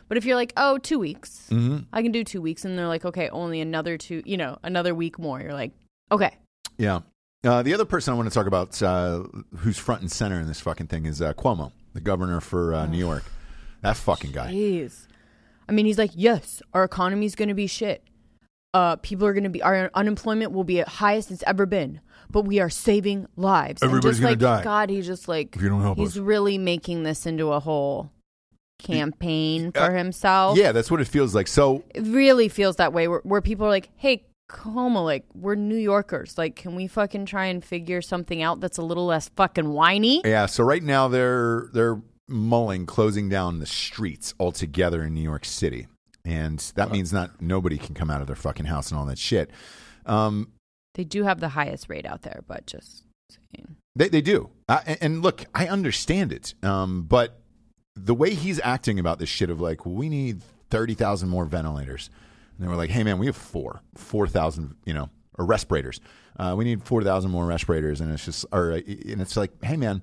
Speaker 3: But if you're like, oh, two weeks,
Speaker 2: Mm-hmm.
Speaker 3: I can do two weeks, and they're like, okay, only another two, you know, another week more. You're like, okay,
Speaker 2: Yeah. Uh, the other person I want to talk about uh, who's front and center in this fucking thing is uh, Cuomo, the governor for uh, New York. That fucking guy.
Speaker 3: Jeez. I mean, he's like, yes, our economy's going to be shit. Uh, people are going to be, our unemployment will be at highest it's ever been, but we are saving lives. And
Speaker 2: Everybody's
Speaker 3: just
Speaker 2: gonna die
Speaker 3: like, God, he's just like,
Speaker 2: if you don't help
Speaker 3: he's
Speaker 2: us.
Speaker 3: really making this into a whole campaign for himself.
Speaker 2: uh, Yeah, that's what it feels like. So
Speaker 3: It really feels that way where, where people are like, hey, Como, like, we're New Yorkers. Like, can we fucking try and figure something out that's a little less fucking whiny?
Speaker 2: yeah, so right now they're they're mulling closing down the streets altogether in New York City, and that means not nobody can come out of their fucking house and all that shit. Um,
Speaker 3: They do have the highest rate out there, but just saying.
Speaker 2: They, they do. Uh, and, and look, I understand it. Um, but the way he's acting about this shit of like, we need 30,000 more ventilators. And they were like, hey, man, we have four, 4,000, you know, or respirators. Uh, we need 4,000 more respirators. And it's just, or, uh, and it's like, hey, man,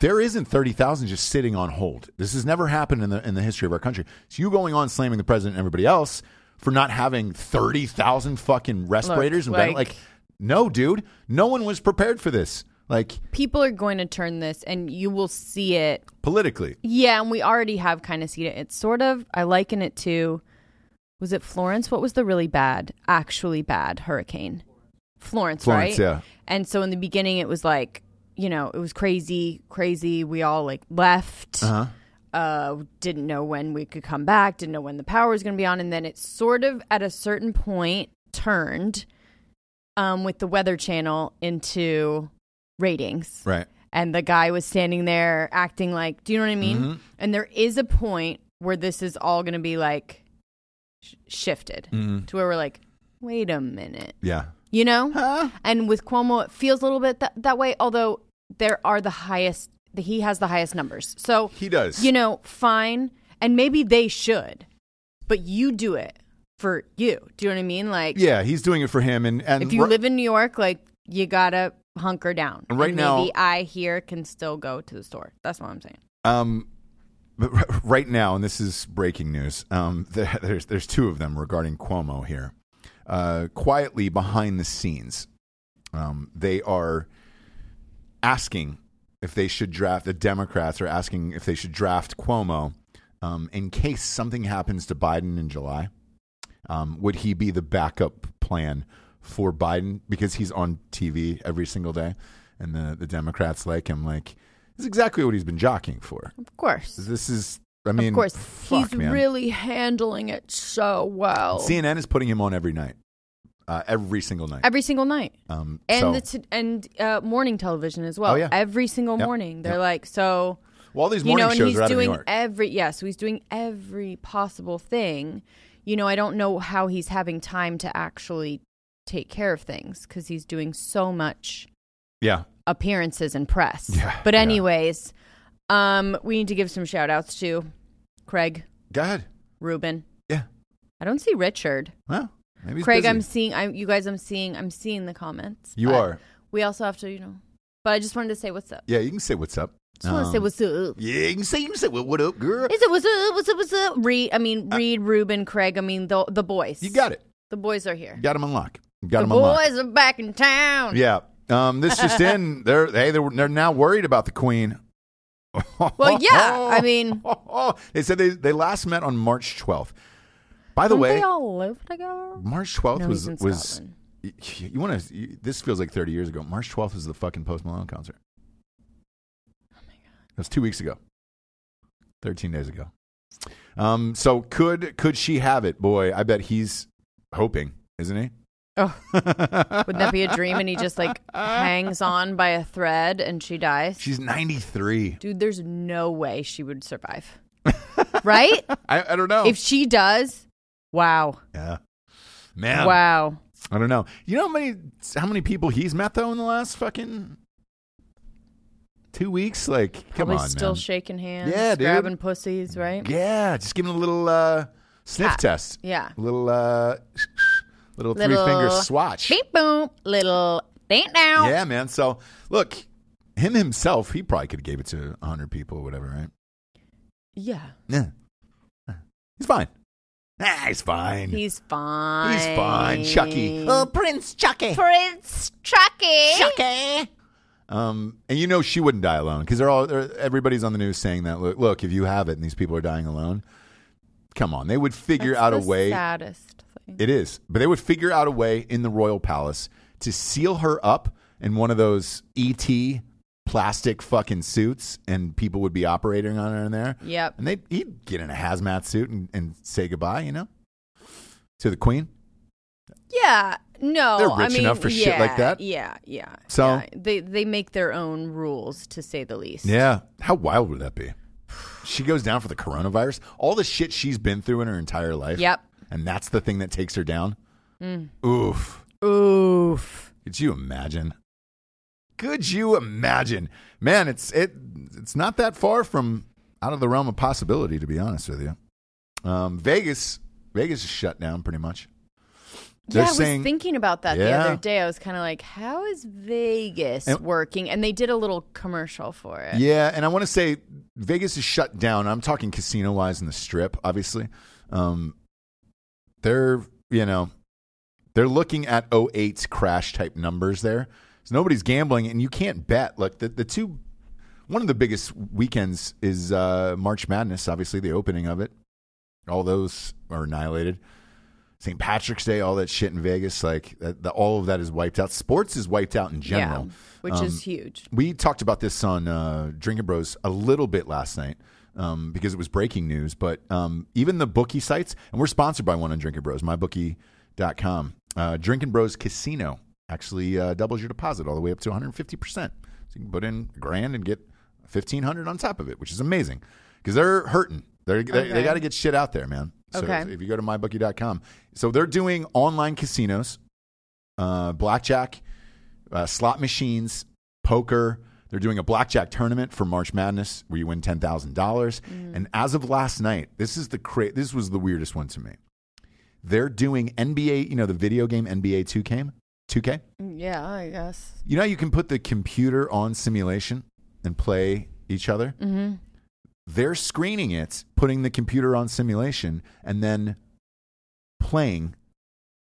Speaker 2: there isn't 30,000 just sitting on hold. This has never happened in the, in the history of our country. So you going on slamming the president and everybody else for not having 30,000 fucking respirators and vent-
Speaker 3: like-
Speaker 2: like no, dude. No one was prepared for this. Like
Speaker 3: people are going to turn this and you will see it
Speaker 2: politically.
Speaker 3: yeah and we already have kind of seen it it's sort of i liken it to was it florence what was the really bad actually bad hurricane florence,
Speaker 2: Florence,
Speaker 3: right
Speaker 2: yeah.
Speaker 3: and so in the beginning it was like you know, it was crazy, crazy. We all like left. Uh-huh. didn't know when we could come back, didn't know when the power was going to be on. And then it sort of at a certain point turned um, with the Weather Channel into ratings
Speaker 2: Right.
Speaker 3: and the guy was standing there acting like, do you know what I mean? And there is a point where this is all going to be like sh- shifted
Speaker 2: Mm.
Speaker 3: to where we're like, wait a minute,
Speaker 2: Mm-hmm. Yeah.
Speaker 3: you know? And with Cuomo, it feels a little bit that that way, although there are the highest, the, he has the highest numbers. So,
Speaker 2: He does.
Speaker 3: you know, fine. And maybe they should, but you do it for you. Do you know what I mean? Like,
Speaker 2: yeah, he's doing it for him. And, and
Speaker 3: if you
Speaker 2: ri-
Speaker 3: live in New York, like you gotta hunker down.
Speaker 2: And right
Speaker 3: And
Speaker 2: now-
Speaker 3: maybe I here can still go to the store. That's what I'm saying.
Speaker 2: Um, but r- right now, and this is breaking news. Um, there, there's there's two of them regarding Cuomo here. Uh, quietly behind the scenes, um, they are asking if they should draft. The Democrats are asking if they should draft Cuomo um, in case something happens to Biden in July. Um, would he be the backup plan for Biden because he's on TV every single day, and the the Democrats like him? Like, this is exactly what he's been jockeying for.
Speaker 3: Of course,
Speaker 2: This is, I mean,
Speaker 3: of course,
Speaker 2: fuck,
Speaker 3: he's
Speaker 2: man.
Speaker 3: really handling it so well
Speaker 2: CNN is putting him on every night, uh, every single night.
Speaker 3: every single night,
Speaker 2: um,
Speaker 3: and
Speaker 2: so,
Speaker 3: the t- and uh, morning television as well.
Speaker 2: Oh, yeah.
Speaker 3: Every single
Speaker 2: Yep.
Speaker 3: morning, they're
Speaker 2: Yep.
Speaker 3: like so.
Speaker 2: well, all these
Speaker 3: You
Speaker 2: morning
Speaker 3: know, and
Speaker 2: shows
Speaker 3: he's
Speaker 2: are out of New
Speaker 3: doing e-
Speaker 2: York.
Speaker 3: every yeah, so he's doing every possible thing. You know, I don't know how he's having time to actually take care of things because he's doing so much
Speaker 2: yeah,
Speaker 3: appearances and press.
Speaker 2: Yeah,
Speaker 3: but
Speaker 2: yeah.
Speaker 3: anyways, um, we need to give some shout outs to Craig,
Speaker 2: go ahead.
Speaker 3: Ruben.
Speaker 2: Yeah,
Speaker 3: I don't see Richard.
Speaker 2: well, maybe he's
Speaker 3: Craig,
Speaker 2: busy.
Speaker 3: I'm seeing I you guys I'm seeing I'm seeing the comments.
Speaker 2: You
Speaker 3: but
Speaker 2: are.
Speaker 3: We also have to, you know. But I just wanted to say what's up.
Speaker 2: Yeah, you can say what's up.
Speaker 3: Just want to say
Speaker 2: Um,
Speaker 3: what's up.
Speaker 2: Yeah, you can say you can say what, what up, girl.
Speaker 3: Is it what's up? What's up? What's up? Reed, I mean Reed, Ruben, Craig. I mean the the boys.
Speaker 2: Uh, You got it.
Speaker 3: the boys are here.
Speaker 2: You got him unlocked. You got
Speaker 3: the
Speaker 2: him unlocked.
Speaker 3: boys are back in town.
Speaker 2: Yeah. Um, this just in. They're hey, they're, they're now worried about the Queen.
Speaker 3: Well, yeah, I mean-
Speaker 2: they said they they last met on March 12th. By the
Speaker 3: Don't
Speaker 2: way,
Speaker 3: they all live together?
Speaker 2: March 12th
Speaker 3: No,
Speaker 2: was
Speaker 3: he's in
Speaker 2: was
Speaker 3: Scotland.
Speaker 2: y- you, want to this feels like 30 years ago. March 12th is the fucking Post Malone concert. Oh my
Speaker 3: Oh
Speaker 2: god. That was 2 weeks ago. 13 days ago. Um so could could she have it? Boy, I bet he's hoping, isn't he?
Speaker 3: Oh, wouldn't that be a dream? And he just like hangs on by a thread and she dies.
Speaker 2: She's 93.
Speaker 3: Dude, there's no way she would survive. right?
Speaker 2: I, I don't know.
Speaker 3: If she does, wow.
Speaker 2: yeah. Man.
Speaker 3: Wow.
Speaker 2: I don't know. You know how many how many people he's met though in the last fucking two weeks? Like, come
Speaker 3: Probably
Speaker 2: on,
Speaker 3: still
Speaker 2: man.
Speaker 3: shaking hands,
Speaker 2: Yeah, dude.
Speaker 3: grabbing pussies, right?
Speaker 2: yeah, just give him a little uh, sniff
Speaker 3: Pat.
Speaker 2: test.
Speaker 3: Yeah.
Speaker 2: A little uh, little, three
Speaker 3: Little
Speaker 2: finger swatch.
Speaker 3: Beep boom, little dance down.
Speaker 2: Yeah, man. So look, him himself, he probably could have gave it to hundred people or whatever, right?
Speaker 3: Yeah.
Speaker 2: Yeah. He's fine. Nah, he's fine.
Speaker 3: He's fine.
Speaker 2: He's fine, Chucky.
Speaker 4: Oh, Prince Chucky.
Speaker 3: Prince Chucky.
Speaker 4: Chucky.
Speaker 2: Um, and you know she wouldn't die alone because they're all they're, everybody's on the news saying that. Look, look, if you have it and these people are dying alone, come on, they would figure
Speaker 3: That's
Speaker 2: out a
Speaker 3: the
Speaker 2: way.
Speaker 3: Saddest thing.
Speaker 2: It is, but they would figure out a way in the royal palace to seal her up in one of those ET plastic fucking suits, and people would be operating on her in there.
Speaker 3: Yep.
Speaker 2: and they he'd get in a hazmat suit and, and say goodbye, you know, to the queen.
Speaker 3: Yeah. No,
Speaker 2: They're
Speaker 3: I
Speaker 2: rich
Speaker 3: mean,
Speaker 2: enough for
Speaker 3: yeah,
Speaker 2: shit like that.
Speaker 3: Yeah, yeah.
Speaker 2: So-
Speaker 3: yeah. they they make their own rules to say the least.
Speaker 2: Yeah. How wild would that be? She goes down for the coronavirus. All the shit she's been through in her entire life.
Speaker 3: Yep.
Speaker 2: And that's the thing that takes her down. Oof.
Speaker 3: Oof.
Speaker 2: Could you imagine? Could you imagine? Man, it's it it's not that far from out of the realm of possibility, to be honest with you. Um, Vegas Vegas is shut down pretty much. They're
Speaker 3: yeah, I
Speaker 2: saying
Speaker 3: was thinking about that the
Speaker 2: Yeah.
Speaker 3: other day. I was kind of like, how is Vegas
Speaker 2: And-
Speaker 3: working? And they did a little commercial for it.
Speaker 2: Yeah, and I want to say Vegas is shut down. I'm talking casino wise in the strip, obviously. Um, they're you know they're looking at 08's crash type numbers there. So nobody's gambling, and you can't bet. Look, the the two one of the biggest weekends is uh, March Madness. Obviously, the opening of it, all those are annihilated. St. Patrick's Day, all that shit in Vegas, like that, the, all of that is wiped out. Sports is wiped out in general. Um,
Speaker 3: Yeah, which is huge.
Speaker 2: We talked about this on uh, Drinking Bros a little bit last night um, because it was breaking news. But um, even the bookie sites, and we're sponsored by one on Drinking Bros, mybookie.com. Uh, Drinking Bros Casino actually uh, doubles your deposit all the way up to 150%. So you can put in a grand and get 1500 on top of it, which is amazing because they're hurting. They're, they They
Speaker 3: Okay.
Speaker 2: got to get shit out there, man. So
Speaker 3: Okay.
Speaker 2: if- if you go to mybookie.com, so they're doing online casinos, uh, blackjack, uh, slot machines, poker. They're doing a blackjack tournament for March Madness where you win ten thousand dollars. And as of last night, this is the cra- this was the weirdest one to me. They're doing NBA, you know, the video game NBA Two K, Two K.
Speaker 3: Yeah, I guess.
Speaker 2: You know, how you can put the computer on simulation and play each other. Mm-hmm. They're screening it, putting the computer on simulation, and then playing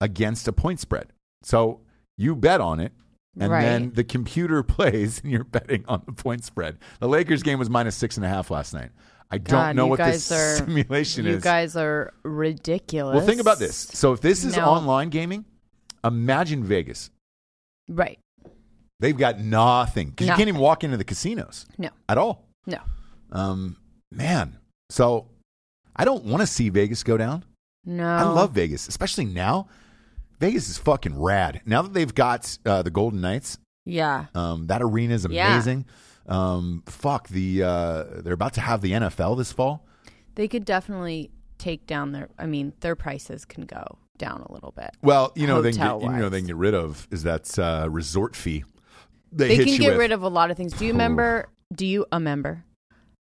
Speaker 2: against a point spread. So you bet on it, and
Speaker 3: Right.
Speaker 2: then the computer plays, and you're betting on the point spread. The Lakers game was minus six and a half last night. I don't
Speaker 3: God,
Speaker 2: know
Speaker 3: you
Speaker 2: what
Speaker 3: guys
Speaker 2: this
Speaker 3: are-
Speaker 2: simulation
Speaker 3: you
Speaker 2: is.
Speaker 3: guys are ridiculous.
Speaker 2: well, think about this. So if this is
Speaker 3: No.
Speaker 2: online gaming, imagine Vegas.
Speaker 3: Right.
Speaker 2: They've got nothing 'cause you can't even
Speaker 3: Nothing.
Speaker 2: walk into the casinos
Speaker 3: No.
Speaker 2: at all.
Speaker 3: No.
Speaker 2: Um, man, so I don't want to see Vegas go down.
Speaker 3: No.
Speaker 2: I love Vegas, especially now. Vegas is fucking rad. Now that they've got uh, the Golden Knights,
Speaker 3: Yeah.
Speaker 2: um, that arena is
Speaker 3: Yeah.
Speaker 2: amazing. Um, fuck the uh, they're about to have the NFL this fall.
Speaker 3: They could definitely take down their I mean, their prices can go down a little bit.
Speaker 2: Well, you know they can get, you
Speaker 3: Hotel-wise.
Speaker 2: know they can get rid of is that uh, resort fee. They,
Speaker 3: They
Speaker 2: hit
Speaker 3: can
Speaker 2: you
Speaker 3: get
Speaker 2: with.
Speaker 3: rid of a lot of things. Do you remember do you remember?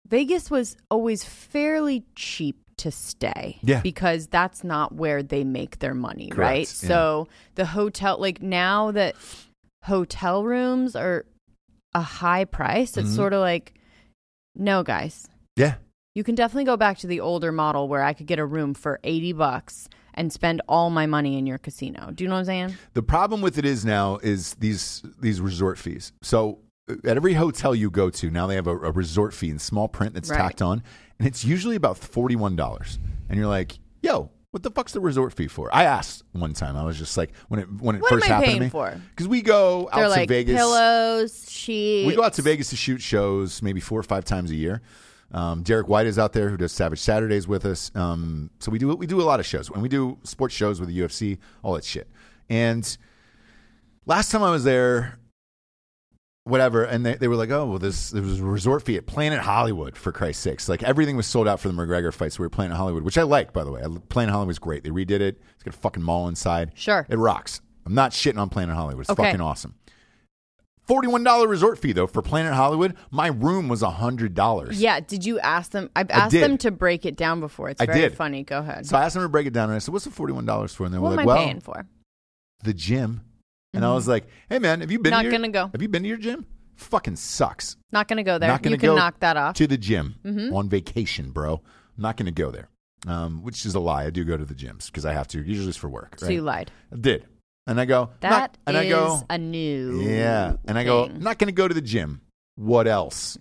Speaker 3: Vegas was always fairly cheap to stay.
Speaker 2: Yeah.
Speaker 3: Because that's not where they make their money, right?
Speaker 2: Correct, yeah.
Speaker 3: So the hotel like now that hotel rooms are a high price,
Speaker 2: Mm-hmm.
Speaker 3: it's sort of like no guys.
Speaker 2: yeah.
Speaker 3: You can definitely go back to the older model where I could get a room for 80 bucks and spend all my money in your casino. Do you know what I'm saying?
Speaker 2: The problem with it is now is these these resort fees. So uh, at every hotel you go to now they have a, a resort fee in small print that's
Speaker 3: Right.
Speaker 2: tacked on, and it's usually about forty one dollars. And you're like, yo. What the fuck's the resort fee for? I asked one time. I was just like, when it when it
Speaker 3: What
Speaker 2: first
Speaker 3: am I
Speaker 2: happened to
Speaker 3: paying
Speaker 2: me,
Speaker 3: for?
Speaker 2: because we go out
Speaker 3: They're
Speaker 2: to
Speaker 3: like
Speaker 2: Vegas,
Speaker 3: pillows, sheets.
Speaker 2: we go out to Vegas to shoot shows maybe four or five times a year. Um, Derek White is out there who does Savage Saturdays with us. Um, so we do we do a lot of shows and we do sports shows with the UFC, all that shit. And last time I was there, whatever, and they, they were like, oh well, this there was a resort fee at Planet Hollywood for Christ's sakes. Like everything was sold out for the McGregor fights. we were Planet Hollywood, which I like by the way. I, Planet Hollywood's great. They redid it. It's got a fucking mall inside.
Speaker 3: Sure.
Speaker 2: it rocks. I'm not shitting on Planet Hollywood. It's
Speaker 3: Okay.
Speaker 2: fucking awesome. $41 resort fee though for Planet Hollywood. My room was $100.
Speaker 3: Yeah, did you ask them? I've
Speaker 2: I
Speaker 3: asked them
Speaker 2: did.
Speaker 3: to break it down before. It's
Speaker 2: I
Speaker 3: very
Speaker 2: did.
Speaker 3: funny. Go ahead.
Speaker 2: So I asked them to break it down and I said, "What's the $41 for?" And they were
Speaker 3: what
Speaker 2: like,
Speaker 3: am I
Speaker 2: "Well,
Speaker 3: paying for?
Speaker 2: the gym." And I was like, "Hey man, have you been
Speaker 3: Not
Speaker 2: to your-
Speaker 3: gonna go.
Speaker 2: Have you been to your gym? Fucking sucks.
Speaker 3: Not going to go there.
Speaker 2: Not gonna
Speaker 3: you can
Speaker 2: go
Speaker 3: knock that off.
Speaker 2: To the gym
Speaker 3: Mm-hmm.
Speaker 2: on vacation, bro. I'm not going to go there." Um, which is a lie. I do go to the gyms because I have to. Usually it's for work.
Speaker 3: So
Speaker 2: Right?
Speaker 3: you lied.
Speaker 2: I did. And I go,
Speaker 3: That
Speaker 2: not,
Speaker 3: is
Speaker 2: and I go,
Speaker 3: a new
Speaker 2: Yeah. And I go,
Speaker 3: thing.
Speaker 2: not going to go to the gym. What else?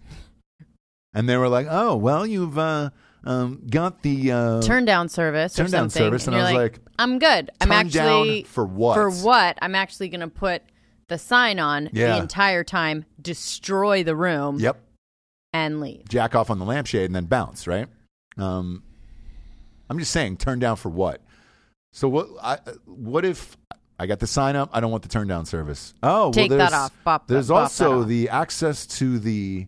Speaker 2: And they were like, oh, well, you've uh, um, got the. Uh,
Speaker 3: turn down service. or
Speaker 2: Turn down
Speaker 3: something.
Speaker 2: service, and I
Speaker 3: you're
Speaker 2: was like,
Speaker 3: I'm good. I'm
Speaker 2: turn down
Speaker 3: actually
Speaker 2: for what?
Speaker 3: For what? I'm actually going to put the sign on
Speaker 2: Yeah.
Speaker 3: the entire time, destroy the room,
Speaker 2: Yep.
Speaker 3: and leave.
Speaker 2: Jack off on the lampshade and then bounce, right? Um, I'm just saying, turn down for what? So what? I, what if I got the sign up? I don't want the turn down service. Oh,
Speaker 3: Take
Speaker 2: well,
Speaker 3: that
Speaker 2: there's,
Speaker 3: off. Bop that-
Speaker 2: there's
Speaker 3: bop that
Speaker 2: also
Speaker 3: off.
Speaker 2: the access to the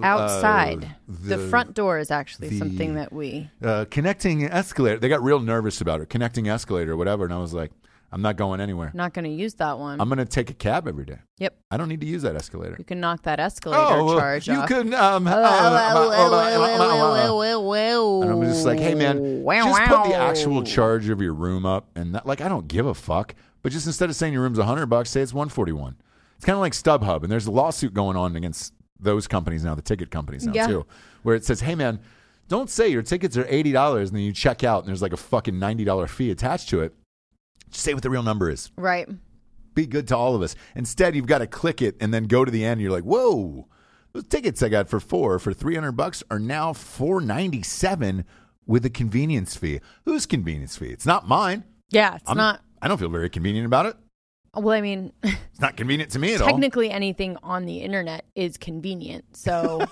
Speaker 2: uh,
Speaker 3: Outside, the,
Speaker 2: the-
Speaker 3: front door is actually
Speaker 2: the-
Speaker 3: something that we.
Speaker 2: uh, connecting escalator. They got real nervous about it. Connecting escalator, or whatever. And I was like, I'm not going anywhere.
Speaker 3: Not going to use that one.
Speaker 2: I'm going to take a cab every day.
Speaker 3: yep,
Speaker 2: I don't need to use that escalator.
Speaker 3: you can knock that escalator
Speaker 2: Oh, well,
Speaker 3: charge
Speaker 2: you
Speaker 3: off. Oh,
Speaker 2: could. Um, uh, uh, and I'm just like, hey man, just put the actual charge of your room up, and that, like I don't give a fuck. But just instead of saying your room's 100 bucks, say it's 141. It's kind of like StubHub, and there's a lawsuit going on against those companies now, the ticket companies now
Speaker 3: Yeah.
Speaker 2: too, where it says, hey man, don't say your tickets are 80 dollars, and then you check out, and there's like a fucking 90 dollar fee attached to it. Just say what the real number is
Speaker 3: right.
Speaker 2: be good to all of us. Instead, you've got to click it and then go to the end. You're like, whoa, those tickets I got for four for three hundred bucks are now four ninety seven. with a convenience fee. Whose convenience fee? It's not mine.
Speaker 3: Yeah, it's
Speaker 2: I'm
Speaker 3: not.
Speaker 2: I don't feel very convenient about it.
Speaker 3: Well, I mean,
Speaker 2: It's not convenient to me at all.
Speaker 3: technically anything on the internet is convenient, so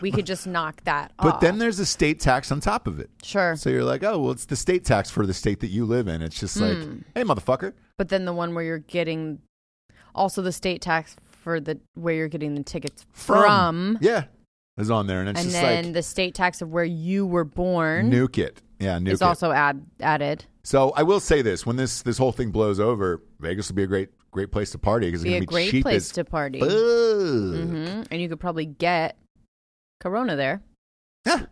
Speaker 3: we could just knock that
Speaker 2: But
Speaker 3: off.
Speaker 2: then there's a state tax on top of it.
Speaker 3: sure.
Speaker 2: So you're like, oh, well, it's the state tax for the state that you live in. It's just like,
Speaker 3: Hmm.
Speaker 2: hey, motherfucker.
Speaker 3: But then the one where you're getting also the state tax for the where you're getting the tickets from,
Speaker 2: Yeah. Is on there. And it's
Speaker 3: and
Speaker 2: just
Speaker 3: then
Speaker 2: like,
Speaker 3: the state tax of where you were born
Speaker 2: nuke it. Yeah, nuke
Speaker 3: is
Speaker 2: it.
Speaker 3: also add, added.
Speaker 2: So I will say this: when this this whole thing blows over, Vegas will be a great great place to party because it's
Speaker 3: Be
Speaker 2: gonna
Speaker 3: a
Speaker 2: be
Speaker 3: great
Speaker 2: cheap
Speaker 3: place
Speaker 2: as
Speaker 3: to party,
Speaker 2: fuck.
Speaker 3: hmm and you could probably get Corona there,
Speaker 2: Yeah.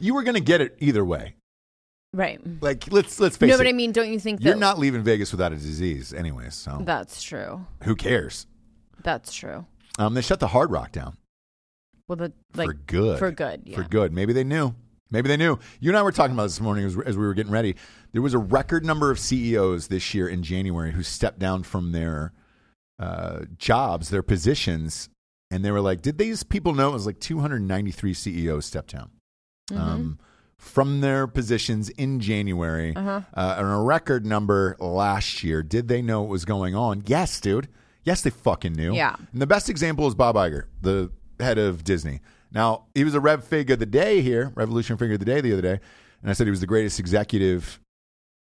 Speaker 2: You were gonna get it either way.
Speaker 3: right?
Speaker 2: Like let's let's face
Speaker 3: no,
Speaker 2: it.
Speaker 3: but I mean, don't you think that
Speaker 2: you're not leaving Vegas without a disease, anyways. So
Speaker 3: That's true.
Speaker 2: who cares?
Speaker 3: That's true.
Speaker 2: Um, they shut the Hard Rock down
Speaker 3: Well, the like
Speaker 2: for good.
Speaker 3: For good. Yeah.
Speaker 2: For good. Maybe they knew. Maybe they knew. You and I were talking about this morning as, as we were getting ready. There was a record number of CEOs this year in January who stepped down from their uh, jobs, their positions, and they were like, "Did these people know it was like 293 CEOs E stepped down
Speaker 3: Mm-hmm.
Speaker 2: um, from their positions in January,
Speaker 3: Uh-huh.
Speaker 2: uh and a record number last year? Did they know what was going on? Yes, dude. Yes, they fucking knew.
Speaker 3: Yeah.
Speaker 2: And the best example is Bob Iger, the head of Disney. Now, he was a Rev Fig of the day here, Revolution Figure of the day the other day. And I said he was the greatest executive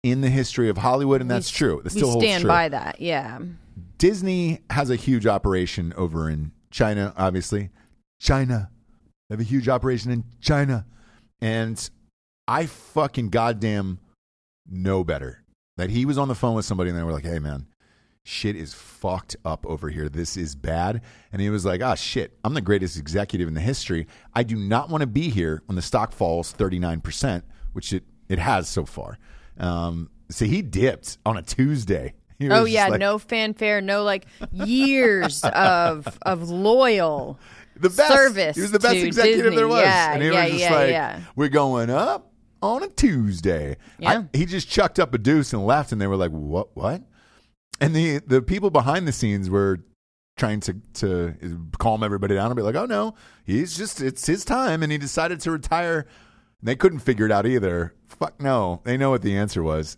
Speaker 2: in the history of Hollywood, and
Speaker 3: We
Speaker 2: that's
Speaker 3: s-
Speaker 2: true. That
Speaker 3: we
Speaker 2: still holds
Speaker 3: stand
Speaker 2: true.
Speaker 3: by that. Yeah.
Speaker 2: Disney has a huge operation over in China, obviously. China. They have a huge operation in China. And I fucking goddamn know better that he was on the phone with somebody and they were like, hey, man, shit is fucked up over here. This is bad. And he was like, ah, shit, I'm the greatest executive in the history. I do not want to be here when the stock falls 39%, which it, it has so far. Um, so he dipped on a Tuesday. He
Speaker 3: Oh
Speaker 2: was just
Speaker 3: yeah,
Speaker 2: like-
Speaker 3: no fanfare, no like years of of loyal.
Speaker 2: the best
Speaker 3: service
Speaker 2: He was the best
Speaker 3: to
Speaker 2: executive
Speaker 3: Disney.
Speaker 2: there was,
Speaker 3: Yeah,
Speaker 2: and he
Speaker 3: yeah,
Speaker 2: was just
Speaker 3: yeah,
Speaker 2: like,
Speaker 3: yeah.
Speaker 2: "We're going up on a Tuesday."
Speaker 3: Yeah.
Speaker 2: I- he just chucked up a deuce and left, and they were like, "What? What?" And the the people behind the scenes were trying to to calm everybody down and be like, "Oh no, he's just it's his time," and he decided to retire. And they couldn't figure it out either. Fuck no, they know what the answer was.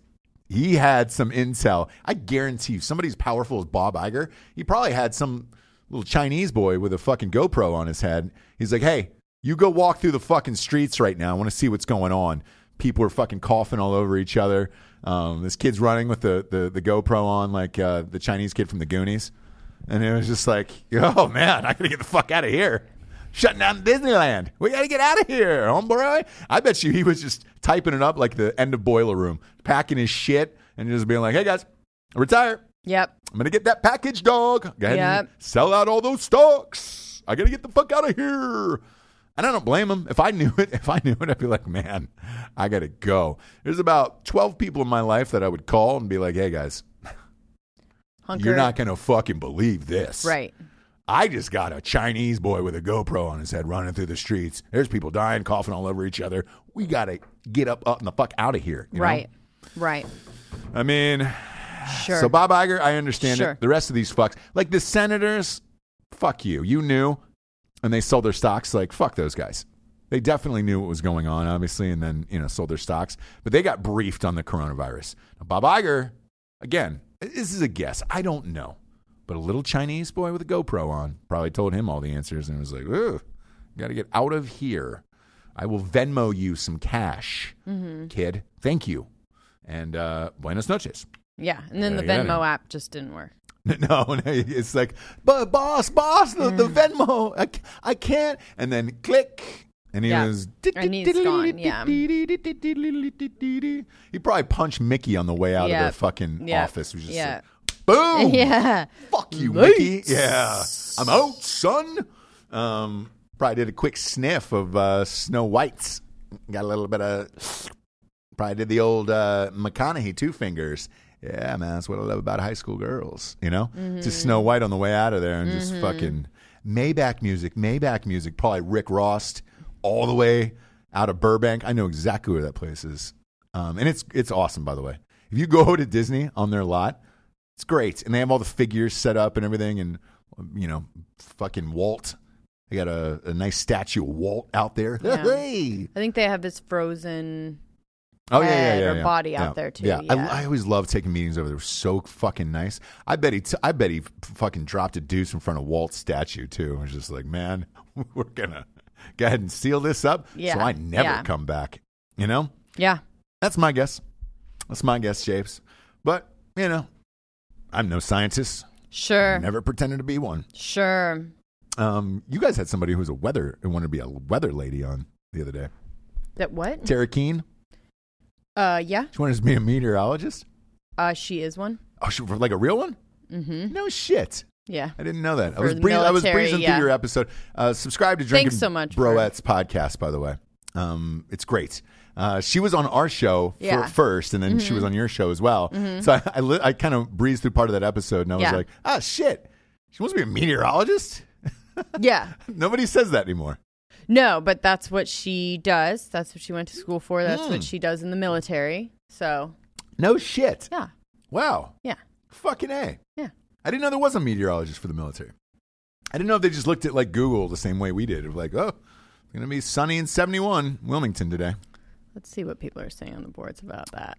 Speaker 2: He had some intel. I guarantee you, somebody as powerful as Bob Iger, he probably had some little Chinese boy with a fucking GoPro on his head. He's like, hey, you go walk through the fucking streets right now. I want to see what's going on. People are fucking coughing all over each other. Um, this kid's running with the, the, the GoPro on, like uh, the Chinese kid from the Goonies. And it was just like, oh man, I gotta get the fuck out of here. Shutting down Disneyland. We gotta get out of here, homeboy. I bet you he was just typing it up like the end of Boiler Room, packing his shit and just being like, hey guys, I retire.
Speaker 3: Yep.
Speaker 2: I'm gonna get that package, dog. Go ahead and
Speaker 3: Yep.
Speaker 2: sell out all those stocks. I gotta get the fuck out of here. And I don't blame him. If I knew it, if I knew it, I'd be like, man, I gotta go. There's about 12 people in my life that I would call and be like, hey guys,
Speaker 3: Hunker.
Speaker 2: you're not gonna fucking believe this.
Speaker 3: right.
Speaker 2: I just got a Chinese boy with a GoPro on his head running through the streets. There's people dying, coughing all over each other. We gotta get up, up and the fuck out of here. you know?
Speaker 3: Right. Right.
Speaker 2: I mean,
Speaker 3: Sure.
Speaker 2: so Bob Iger, I understand
Speaker 3: Sure.
Speaker 2: it. The rest of these fucks, like the senators, fuck you. You knew, and they sold their stocks. Like fuck those guys. They definitely knew what was going on, obviously, and then you know sold their stocks. But they got briefed on the coronavirus. Now, Bob Iger, again, this is a guess. I don't know, but a little Chinese boy with a GoPro on probably told him all the answers, and was like, "Ooh, got to get out of here." I will Venmo you some cash,
Speaker 3: Mm-hmm.
Speaker 2: kid. Thank you, and uh, buenas noches.
Speaker 3: yeah. And then
Speaker 2: Yeah,
Speaker 3: the
Speaker 2: you got
Speaker 3: Venmo
Speaker 2: it.
Speaker 3: app just didn't work.
Speaker 2: No, no, it's like, but boss, boss, the,
Speaker 3: Mm.
Speaker 2: the Venmo, I, ca- I can't. And then click, and he
Speaker 3: Yeah.
Speaker 2: was.
Speaker 3: And he's gone, yeah.
Speaker 2: He probably punched Mickey on the way out of
Speaker 3: Yeah.
Speaker 2: the fucking
Speaker 3: Yeah.
Speaker 2: office. He was just
Speaker 3: Yeah.
Speaker 2: like, boom,
Speaker 3: yeah.
Speaker 2: fuck you,
Speaker 3: Late.
Speaker 2: Mickey. Yeah, I'm out, son. Um, probably did a quick sniff of uh, Snow White's. Got a little bit of. Probably did the old uh, McConaughey two fingers. Yeah, man, that's what I love about high school girls. You know, just Snow White on the way out of there and just fucking Maybach music, Maybach music. Probably Rick Ross all the way out of Burbank. I know exactly where that place is, um, and it's it's awesome. By the way, if you go to Disney on their lot, it's great, and they have all the figures set up and everything, and you know, fucking Walt They got a, a nice statue of Walt out there.
Speaker 3: Yeah.
Speaker 2: Hey!
Speaker 3: I think they have his frozen.
Speaker 2: Oh yeah, yeah,
Speaker 3: head
Speaker 2: yeah,
Speaker 3: or
Speaker 2: yeah.
Speaker 3: body out
Speaker 2: Yeah,
Speaker 3: there, too,
Speaker 2: Yeah,
Speaker 3: yeah.
Speaker 2: I, I always love taking meetings over there. They're So fucking nice. I bet he, t- I bet he f- fucking dropped a deuce in front of Walt's statue too. I was just like, man, we're gonna go ahead and seal this up,
Speaker 3: Yeah,
Speaker 2: so I never
Speaker 3: yeah.
Speaker 2: come back. You know,
Speaker 3: Yeah.
Speaker 2: that's my guess. That's my guess, Japes. But you know, I'm no scientist.
Speaker 3: Sure.
Speaker 2: Never pretended to be one.
Speaker 3: Sure.
Speaker 2: Um, you guys had somebody who was a weather who wanted to be a weather lady on the other day.
Speaker 3: That what?
Speaker 2: Tara Keen.
Speaker 3: Uh, yeah.
Speaker 2: She wanted to be a meteorologist.
Speaker 3: Uh, she is one.
Speaker 2: Oh, she like a real one?
Speaker 3: Mm-hmm.
Speaker 2: No shit.
Speaker 3: Yeah.
Speaker 2: I didn't know that. I
Speaker 3: For
Speaker 2: was,
Speaker 3: the
Speaker 2: bree- I was
Speaker 3: military,
Speaker 2: breezing
Speaker 3: yeah.
Speaker 2: through your episode. Uh, subscribe to Drinking
Speaker 3: Thanks so much for-
Speaker 2: Broettes podcast, by the way. Um, it's great. Uh, she was on our show fir-
Speaker 3: Yeah. Mm-hmm.
Speaker 2: first, and then she was on your show as well. So I, I, li- I kind of breezed through part of that episode, and I was
Speaker 3: Yeah.
Speaker 2: like, ah, shit. She wants to be a meteorologist?
Speaker 3: Yeah.
Speaker 2: Nobody says that anymore.
Speaker 3: No, but that's what she does. That's what she went to school for. That's
Speaker 2: Hmm.
Speaker 3: what she does in the military. So,
Speaker 2: No shit.
Speaker 3: yeah.
Speaker 2: Wow.
Speaker 3: Yeah.
Speaker 2: Fucking A.
Speaker 3: Yeah.
Speaker 2: I didn't know there was a meteorologist for the military. I didn't know if they just looked at like Google the same way we did. Of like, oh, it's gonna be sunny in seventy one Wilmington today.
Speaker 3: Let's see what people are saying on the boards about that.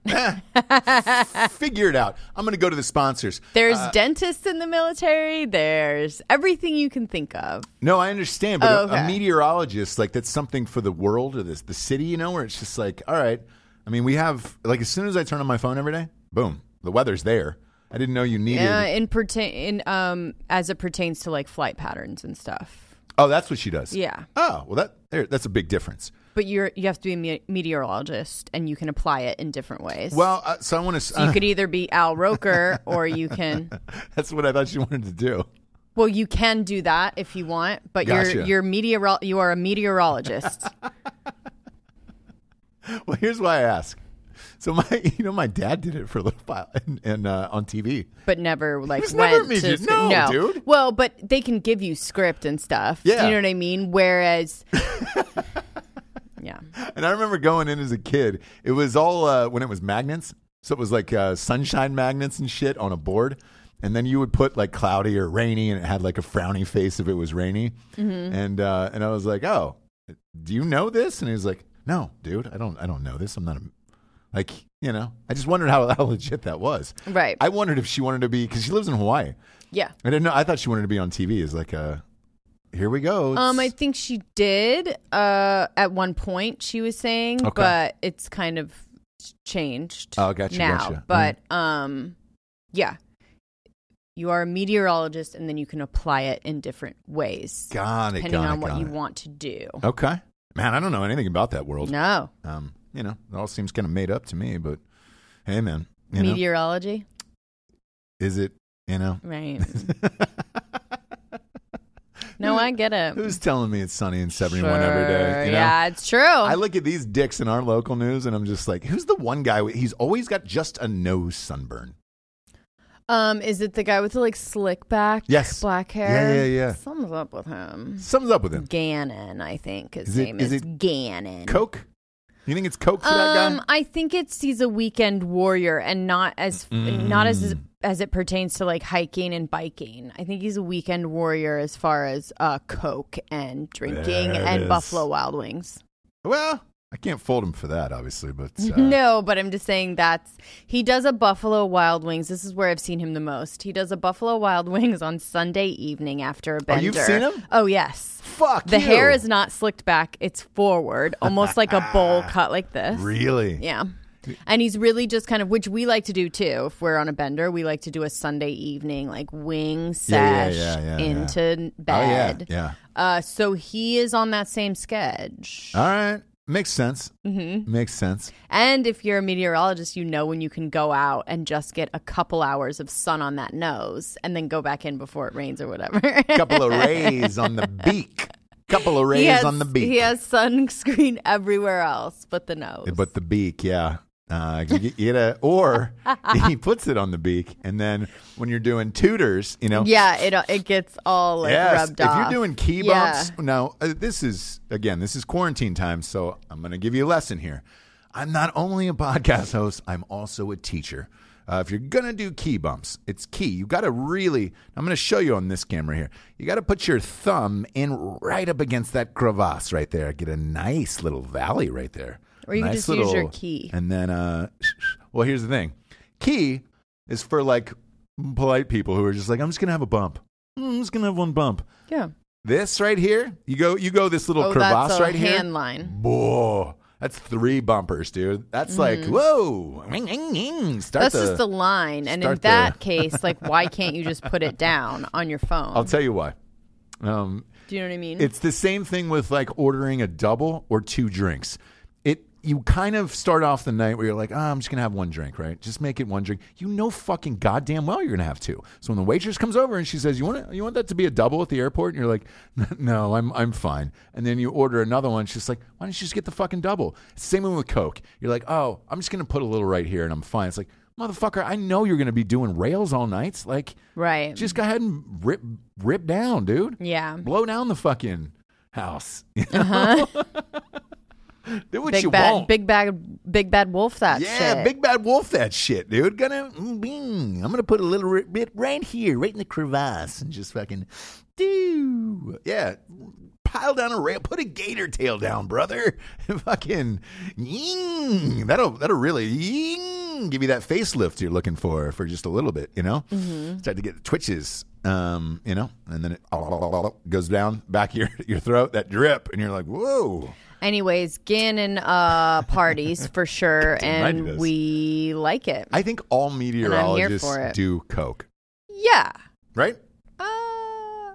Speaker 2: Uh, Figure it out. I'm gonna go to the sponsors.
Speaker 3: There's dentists in the military. There's everything you can think of.
Speaker 2: No, I understand, but
Speaker 3: Oh,
Speaker 2: a, a
Speaker 3: okay.
Speaker 2: meteorologist, like that's something for the world or this the city, you know, where it's just like, all right. I mean, we have like as soon as I turn on my phone every day, boom, the weather's there. I didn't know you needed.
Speaker 3: Uh, in pertain, in, um, as it pertains to like flight patterns and stuff.
Speaker 2: oh, that's what she does.
Speaker 3: Yeah,
Speaker 2: Oh, well, that there, that's a big difference.
Speaker 3: but you're you have to be a me- meteorologist, and you can apply it in different ways.
Speaker 2: Well, uh, so I want to.
Speaker 3: So you could either be Al Roker, or you can.
Speaker 2: that's what I thought she wanted to do.
Speaker 3: Well, you can do that if you want, but
Speaker 2: Gotcha.
Speaker 3: you're you're meteorol you are a meteorologist.
Speaker 2: Well, here's why I ask. So my, you know, my dad did it for a little while and, and uh, on TV.
Speaker 3: but never like
Speaker 2: was
Speaker 3: went
Speaker 2: never a
Speaker 3: to
Speaker 2: midget. No, dude.
Speaker 3: Well, but they can give you script and stuff. Do
Speaker 2: Yeah.
Speaker 3: you know what I mean? Whereas, yeah,
Speaker 2: And I remember going in as a kid. It was all uh, when it was magnets. So it was like uh, sunshine magnets and shit on a board. And then you would put like cloudy or rainy, and it had like a frowny face if it was rainy. And uh, and I was like, oh, do you know this? And he was like, no, dude, I don't, I don't know this. I'm not a, like, you know, I just wondered how, how legit that was.
Speaker 3: Right.
Speaker 2: I wondered if she wanted to be because she lives in Hawaii.
Speaker 3: yeah.
Speaker 2: I didn't know. I thought she wanted to be on TV. Is like a, here we go.
Speaker 3: Um, I
Speaker 2: It's-
Speaker 3: think she did. Uh, at one point she was saying,
Speaker 2: Okay.
Speaker 3: but it's kind of changed.
Speaker 2: Oh, gotcha,
Speaker 3: Now,
Speaker 2: gotcha.
Speaker 3: but um, yeah, you are a meteorologist, and then you can apply it in different ways
Speaker 2: got it.
Speaker 3: depending
Speaker 2: got
Speaker 3: on
Speaker 2: it,
Speaker 3: what
Speaker 2: got
Speaker 3: you
Speaker 2: it.
Speaker 3: want to do.
Speaker 2: Okay, man, I don't know anything about that world.
Speaker 3: No,
Speaker 2: Um, you know, it all seems kind of made up to me. But hey, man, you know,
Speaker 3: meteorology,
Speaker 2: is it? You know,
Speaker 3: right? no, I get it.
Speaker 2: who's telling me it's sunny and seventy-one every day?
Speaker 3: Sure,
Speaker 2: You know?
Speaker 3: Yeah, it's true.
Speaker 2: I look at these dicks in our local news, and I'm just like, who's the one guy? with- He's always got just a nose sunburn.
Speaker 3: um, is it the guy with the like slick back,
Speaker 2: Yes.
Speaker 3: black
Speaker 2: Yeah,
Speaker 3: hair?
Speaker 2: yeah, yeah.
Speaker 3: Something's up with him.
Speaker 2: Something's up with him.
Speaker 3: Gannon, I think his
Speaker 2: Is it-
Speaker 3: name
Speaker 2: is
Speaker 3: is,
Speaker 2: it
Speaker 3: Gannon.
Speaker 2: Coke. You think it's Coke for that
Speaker 3: um,
Speaker 2: guy?
Speaker 3: I think it's he's a weekend warrior, and not as not as
Speaker 2: Mm.
Speaker 3: as it pertains to like hiking and biking. I think he's a weekend warrior as far as uh, coke and drinking
Speaker 2: There it
Speaker 3: and
Speaker 2: is.
Speaker 3: Buffalo Wild Wings.
Speaker 2: Well, I can't fold him for that, obviously, but uh,
Speaker 3: No, but I'm just saying that's he does a Buffalo Wild Wings. This is where I've seen him the most. He does a Buffalo Wild Wings on Sunday evening after a bender.
Speaker 2: you've seen him?
Speaker 3: Oh yes.
Speaker 2: fuck.
Speaker 3: The
Speaker 2: you.
Speaker 3: hair is not slicked back; it's forward, almost like a bowl cut like this.
Speaker 2: really.
Speaker 3: Yeah. And he's really just kind of, which we like to do too. If we're on a bender, we like to do a Sunday evening, like wing
Speaker 2: Yeah, yeah,
Speaker 3: sash
Speaker 2: yeah, yeah, yeah.
Speaker 3: into n-
Speaker 2: Oh yeah,
Speaker 3: bed.
Speaker 2: yeah.
Speaker 3: Uh, so he is on that same sketch.
Speaker 2: All right, makes sense. Mm-hmm. Makes sense.
Speaker 3: And if you're a meteorologist, you know when you can go out and just get a couple hours of sun on that nose and then go back in before it rains or whatever.
Speaker 2: Couple of rays on the beak. Couple of rays
Speaker 3: he has,
Speaker 2: on the beak.
Speaker 3: He has sunscreen everywhere else but the nose.
Speaker 2: but the beak, yeah. Uh, you get, you get a, or he puts it on the beak, and then when you're doing tutors, you know,
Speaker 3: yeah, it it gets all like
Speaker 2: yes,
Speaker 3: rubbed
Speaker 2: if
Speaker 3: off.
Speaker 2: you're doing key
Speaker 3: Yeah.
Speaker 2: bumps, now uh, this is again, this is quarantine time, so I'm going to give you a lesson here. I'm not only a podcast host, I'm also a teacher. Uh, if you're gonna do key bumps, it's key. You got to really. I'm gonna show you on this camera here. You got to put your thumb in right up against that crevasse right there. Get a nice little valley right there.
Speaker 3: Or you can
Speaker 2: nice
Speaker 3: just use your key.
Speaker 2: And then, uh, well, here's the thing. Key is for like polite people who are just like, I'm just gonna have a bump. I'm just gonna have one bump.
Speaker 3: Yeah.
Speaker 2: This right here, you go, you go this little
Speaker 3: Oh,
Speaker 2: crevasse
Speaker 3: that's a
Speaker 2: right here.
Speaker 3: hand line.
Speaker 2: Whoa, that's three bumpers, dude. That's like whoa. Ring, ring, ring. Start
Speaker 3: Mm. That's
Speaker 2: the-
Speaker 3: just a line. And in
Speaker 2: start the-
Speaker 3: that case, like, why can't you just put it down on your phone?
Speaker 2: I'll tell you why. Um,
Speaker 3: Do you know what I mean?
Speaker 2: it's the same thing with like ordering a double or two drinks. It you kind of start off the night where you're like, ah, I'm just gonna have one drink, right? Just make it one drink. You know fucking goddamn well you're gonna have two. So when the waitress comes over and she says, You want you want that to be a double at the airport? And you're like, No, I'm I'm fine. And then you order another one, she's like, Why don't you just get the fucking double? Same one with Coke. You're like, Oh, I'm just gonna put a little right here and I'm fine. It's like Motherfucker, I know you're going to be doing rails all nights. Like,
Speaker 3: right.
Speaker 2: just go ahead and rip rip down, dude.
Speaker 3: Yeah.
Speaker 2: Blow down the fucking house. You know? Do what you
Speaker 3: big bad,
Speaker 2: want.
Speaker 3: big bad, big bad wolf. That
Speaker 2: yeah,
Speaker 3: shit.
Speaker 2: big bad wolf that shit, dude. Gonna mm, bing. I'm gonna put a little ri- bit right here, right in the crevasse, and just fucking do. Yeah. Pile down a rail, put a gator tail down, brother. fucking ying. That'll that'll really ying, give you that facelift you're looking for for just a little bit, you know?
Speaker 3: Mm-hmm.
Speaker 2: Start to get the twitches. Um, you know, and then it goes down back your your throat, that drip, and you're like, whoa.
Speaker 3: Anyways, Gannon uh, parties for sure,
Speaker 2: right it
Speaker 3: and
Speaker 2: is.
Speaker 3: we like it.
Speaker 2: I think all meteorologists
Speaker 3: for it.
Speaker 2: do coke,
Speaker 3: yeah.
Speaker 2: right?
Speaker 3: Uh,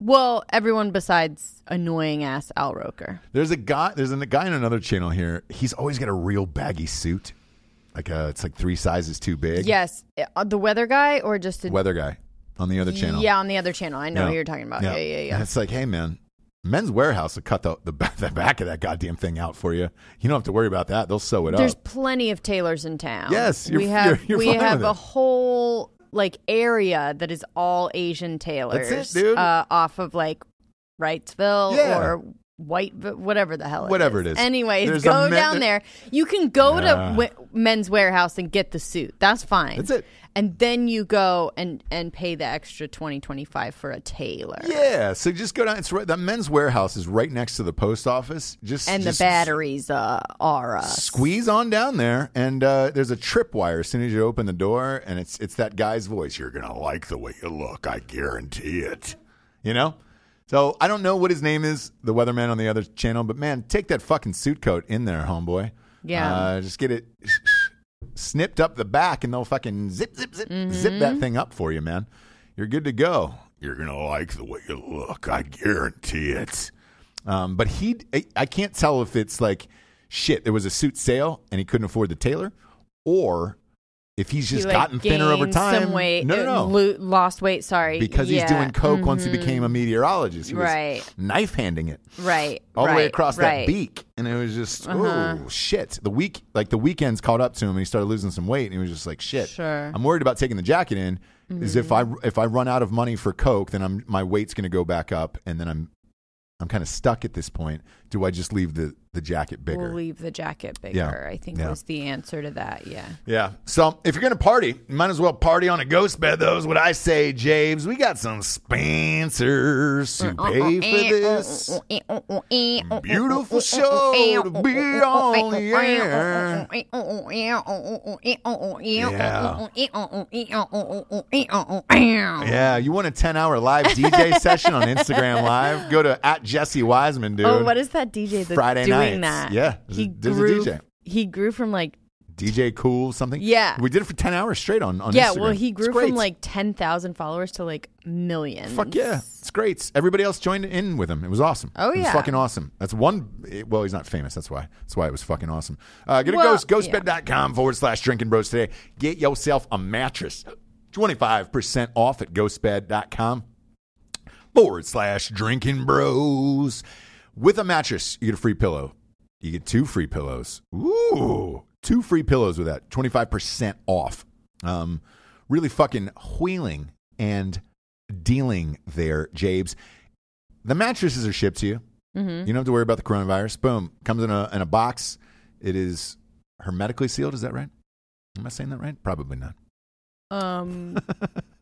Speaker 3: well, everyone besides annoying ass Al Roker.
Speaker 2: There's a guy. There's a guy in another channel here. He's always got a real baggy suit, like uh it's like three sizes too big.
Speaker 3: Yes, uh, the weather guy or just a
Speaker 2: Weather guy on the other channel.
Speaker 3: Yeah, on the other channel. I know
Speaker 2: Yeah.
Speaker 3: what you're talking about. Yeah, yeah, yeah.
Speaker 2: And it's like, hey man, Men's Warehouse will cut the the, ba- the back of that goddamn thing out for you. You don't have to worry about that. They'll sew it
Speaker 3: There's
Speaker 2: up.
Speaker 3: plenty of tailors in town.
Speaker 2: Oh. Yes, you're-
Speaker 3: we have
Speaker 2: you're- you're
Speaker 3: we
Speaker 2: fine
Speaker 3: have
Speaker 2: with
Speaker 3: a
Speaker 2: it.
Speaker 3: whole like area that is all Asian tailors.
Speaker 2: dude.
Speaker 3: Uh, off of like Wrightsville
Speaker 2: Yeah.
Speaker 3: or White, whatever the hell, it
Speaker 2: Whatever it is.
Speaker 3: Anyways,
Speaker 2: There's a
Speaker 3: go
Speaker 2: men-
Speaker 3: down there. You can go
Speaker 2: Yeah.
Speaker 3: to w- Men's Warehouse and get the suit. That's fine.
Speaker 2: That's it.
Speaker 3: And then you go and and pay the extra twenty twenty five for a tailor.
Speaker 2: Yeah, so just go down. It's right. That Men's Warehouse is right next to the post office. Just
Speaker 3: And
Speaker 2: just
Speaker 3: the batteries uh, are us.
Speaker 2: Squeeze on down there, and uh, there's a tripwire as soon as you open the door, and it's it's that guy's voice. You're gonna like the way you look, I guarantee it. You know. So I don't know what his name is, the weatherman on the other channel, but man, take that fucking suit coat in there, homeboy.
Speaker 3: Yeah.
Speaker 2: Uh, just get it snipped up the back, and they'll fucking zip, zip, zip,
Speaker 3: Mm-hmm.
Speaker 2: zip that thing up for you, man. You're good to go. You're gonna like the way you look, I guarantee it. Um, but he, I- I can't tell if it's like, shit, there was a suit sale and he couldn't afford the tailor, or if he's
Speaker 3: He,
Speaker 2: just
Speaker 3: like,
Speaker 2: gotten thinner over
Speaker 3: gained
Speaker 2: time.
Speaker 3: Some weight,
Speaker 2: no, no, no.
Speaker 3: uh, lo- lost weight. Sorry,
Speaker 2: because he's
Speaker 3: Yeah, Mm-hmm.
Speaker 2: doing coke once he became a meteorologist. He was
Speaker 3: Right.
Speaker 2: knife handing it
Speaker 3: right
Speaker 2: all the way
Speaker 3: right,
Speaker 2: across that
Speaker 3: right. Uh-huh.
Speaker 2: beak, and it was just oh shit. The week, like the weekends, caught up to him, and he started losing some weight, and he was just like shit.
Speaker 3: Sure. Mm-hmm.
Speaker 2: I'm worried about taking the jacket in. Is if I if I run out of money for coke, then I'm my weight's going to go back up, and then I'm I'm kind of stuck at this point. Do I just leave the the jacket bigger?
Speaker 3: We'll leave the jacket bigger.
Speaker 2: Yeah,
Speaker 3: I think
Speaker 2: yeah.
Speaker 3: was the answer to that. Yeah.
Speaker 2: Yeah. So if you're gonna party, you might as well party on a ghost bed. Though is what I say, James. We got some sponsors
Speaker 3: Uh,
Speaker 2: to pay for this beautiful show to be on the air. Yeah, you want a 10 hour live DJ session on Instagram Live? Go to at Jesse Wiseman, dude.
Speaker 3: Oh, what is that DJ that's
Speaker 2: Friday
Speaker 3: doing
Speaker 2: nights.
Speaker 3: that?
Speaker 2: Yeah, there's a-
Speaker 3: he
Speaker 2: there's a
Speaker 3: grew.
Speaker 2: DJ.
Speaker 3: He grew from like
Speaker 2: DJ Cool something?
Speaker 3: Yeah.
Speaker 2: We did it for 10 hours straight on, on
Speaker 3: yeah.
Speaker 2: Instagram.
Speaker 3: Well, he
Speaker 2: It's
Speaker 3: grew
Speaker 2: great.
Speaker 3: from like ten thousand followers to like millions.
Speaker 2: Fuck yeah. It's great. Everybody else joined in with him. It was awesome.
Speaker 3: Oh,
Speaker 2: It was
Speaker 3: yeah.
Speaker 2: fucking awesome. That's one. it- well, he's not famous. That's why. That's why it was fucking awesome. Uh, go to
Speaker 3: Well,
Speaker 2: ghost, ghostbed.com forward slash drinking bros today. Get yourself a mattress. 25% off at ghostbed.com forward slash drinking bros. With a mattress, you get a free pillow. You get two free pillows. Ooh, two free pillows with that. 25% off. Um, really fucking wheeling and dealing there, Jabes. The mattresses are shipped to you. You don't have to worry about the coronavirus. Boom. Comes in a, in a box. It is hermetically sealed. Is that right? Am I saying that right? Probably not.
Speaker 3: Um,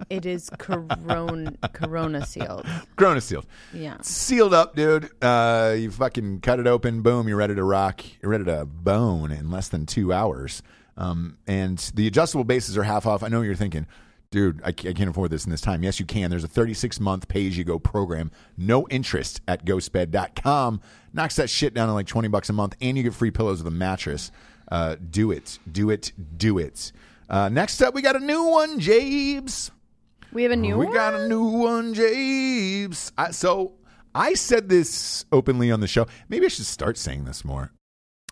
Speaker 3: it is corona corona sealed.
Speaker 2: Corona sealed.
Speaker 3: Yeah.
Speaker 2: Sealed up, dude. Uh, you fucking cut it open. Boom. You're ready to rock. You're ready to bone in less than two hours. Um, and the adjustable bases are half off. I know what you're thinking, dude, I, ca- I can't afford this in this time. Yes, you can. There's a 36 month pay as you go program, no interest at ghostbed.com. Knocks that shit down to like 20 bucks a month, and you get free pillows with a mattress. Uh, do it. Do it. Do it. Uh, next up, we got a new one, Jabes.
Speaker 3: We have a new
Speaker 2: We
Speaker 3: one.
Speaker 2: got a new one, James. I, so I said this openly on the show. Maybe I should start saying this more.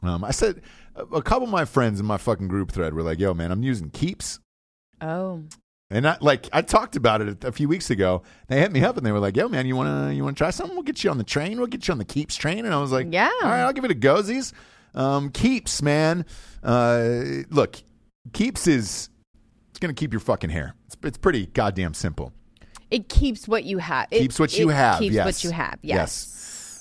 Speaker 2: Um, I said a, a couple of my friends in my fucking group thread were like, "Yo, man, I'm using Keeps,"
Speaker 3: oh. and
Speaker 2: and I like I talked about it a, a few weeks ago. They hit me up and they were like, "Yo, man, you wanna you wanna try something? We'll get you on the train. We'll get you on the Keeps train." And I was like,
Speaker 3: Yeah.
Speaker 2: all right, I'll give it a gozies." Um, Keeps, man. Uh, look, Keeps is it's gonna keep your fucking hair. It's, it's pretty goddamn simple.
Speaker 3: It keeps what you have. It,
Speaker 2: Keeps what you
Speaker 3: it
Speaker 2: have,
Speaker 3: Keeps
Speaker 2: yes.
Speaker 3: what you have. Yes.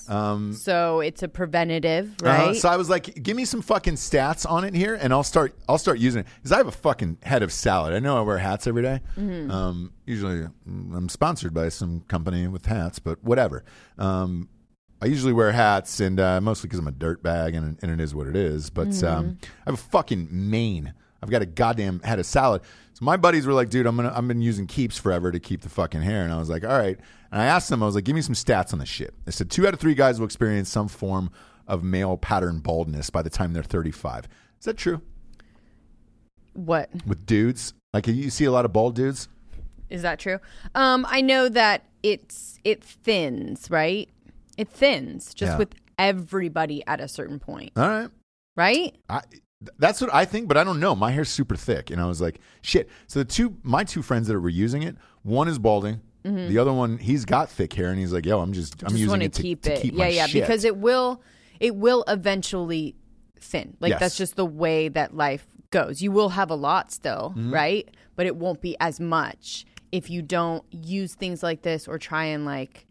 Speaker 3: Um, so it's a preventative,
Speaker 2: Uh-huh.
Speaker 3: right?
Speaker 2: so I was like, "Give me some fucking stats on it here, and I'll start. I'll start using it because I have a fucking head of salad. I know I wear hats every day. Um, usually, mm, I'm sponsored by some company with hats, but whatever. Um, I usually wear hats, and uh, mostly because I'm a dirt bag, and, and it is what it is. But um, I have a fucking mane. I've got a goddamn head of salad. So my buddies were like, "Dude, I'm gonna I've been using keeps forever to keep the fucking hair," and I was like, "All right." And I asked them, I was like, "Give me some stats on this shit." They said two out of three guys will experience some form of male pattern baldness by the time they're 35. Is that true
Speaker 3: what
Speaker 2: with dudes? Like you see a lot of bald dudes.
Speaker 3: is that true? Um, I know that it's it thins, right? It thins just
Speaker 2: Yeah.
Speaker 3: with everybody at a certain point,
Speaker 2: All right.
Speaker 3: right?
Speaker 2: I, th- that's what I think, but I don't know. My hair's super thick, and I was like, shit. So the two, my two friends that were using it, one is balding, the other one he's got thick hair, and he's like, yo, I'm just, I'm
Speaker 3: Mm-hmm. just
Speaker 2: using
Speaker 3: want
Speaker 2: it to
Speaker 3: keep
Speaker 2: to
Speaker 3: it.
Speaker 2: keep
Speaker 3: yeah,
Speaker 2: my
Speaker 3: yeah,
Speaker 2: shit.
Speaker 3: because it will it will eventually thin. Like
Speaker 2: Yes.
Speaker 3: that's just the way that life goes. You will have a lot still,
Speaker 2: Mm-hmm.
Speaker 3: right? But it won't be as much if you don't use things like this or try and like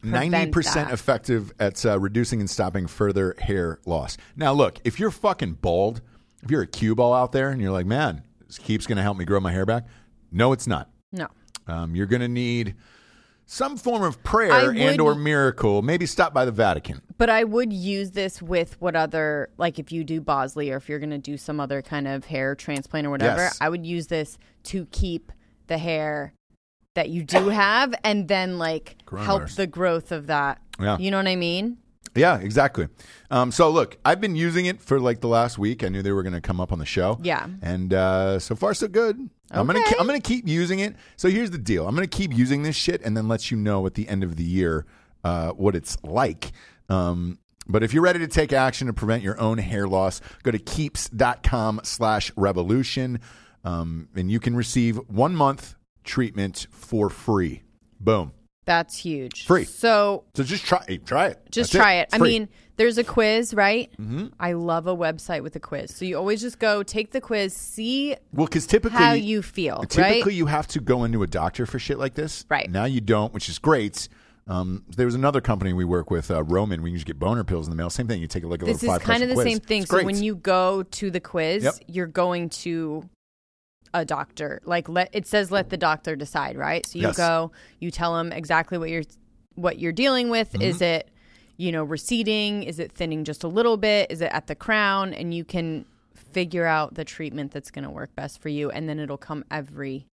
Speaker 3: prevent
Speaker 2: ninety percent
Speaker 3: that.
Speaker 2: effective at uh, reducing and stopping further hair loss. Now, look, if you're fucking bald, if you're a cue ball out there, and you're like, man, this keeps going to help me grow my hair back. No, it's not.
Speaker 3: No.
Speaker 2: Um, you're going to need some form of
Speaker 3: I
Speaker 2: prayer
Speaker 3: would-
Speaker 2: and or miracle. Maybe stop by the Vatican.
Speaker 3: But I would use this with what other like if you do Bosley or if you're gonna do some other kind of hair transplant or whatever,
Speaker 2: Yes.
Speaker 3: I would use this to keep the hair that you do have and then like help
Speaker 2: Coronavirus.
Speaker 3: the growth of that.
Speaker 2: Yeah.
Speaker 3: You know what I mean?
Speaker 2: Yeah, exactly. Um, so look, I've been using it for like the last week. I knew they were going to come up on the show.
Speaker 3: Yeah.
Speaker 2: and uh, so far so good. I'm gonna
Speaker 3: Okay.
Speaker 2: ke- I'm gonna keep using it. So here's the deal: I'm gonna keep using this shit, and then let you know at the end of the year uh, what it's like. Um, but if you're ready to take action to prevent your own hair loss, go to keeps.com slash revolution. Um, and you can receive one month treatment for free. Boom.
Speaker 3: That's huge.
Speaker 2: Free.
Speaker 3: So
Speaker 2: So just try it. Try it.
Speaker 3: just
Speaker 2: That's
Speaker 3: try it. I
Speaker 2: Free.
Speaker 3: mean, there's a quiz, right? Mm-hmm. I love a website with a quiz. So you always just go take the quiz, see
Speaker 2: well, because typically
Speaker 3: how you feel,
Speaker 2: Typically,
Speaker 3: right?
Speaker 2: you have to go into a doctor for shit like this.
Speaker 3: Right.
Speaker 2: Now you don't, which is great. Um, there was another company we work with, uh, Roman. We can just get boner pills in the mail. Same thing. You take like a
Speaker 3: This
Speaker 2: little
Speaker 3: is
Speaker 2: five
Speaker 3: kind of the
Speaker 2: quiz.
Speaker 3: same thing.
Speaker 2: It's
Speaker 3: So
Speaker 2: great.
Speaker 3: when you go to the quiz,
Speaker 2: Yep.
Speaker 3: you're going to a doctor. Like let it says let the doctor decide, right? So you
Speaker 2: Yes.
Speaker 3: go, you tell them exactly what you're what you're dealing with.
Speaker 2: Mm-hmm.
Speaker 3: Is it you know receding? Is it thinning just a little bit? Is it at the crown? And you can figure out the treatment that's going to work best for you, and then it'll come every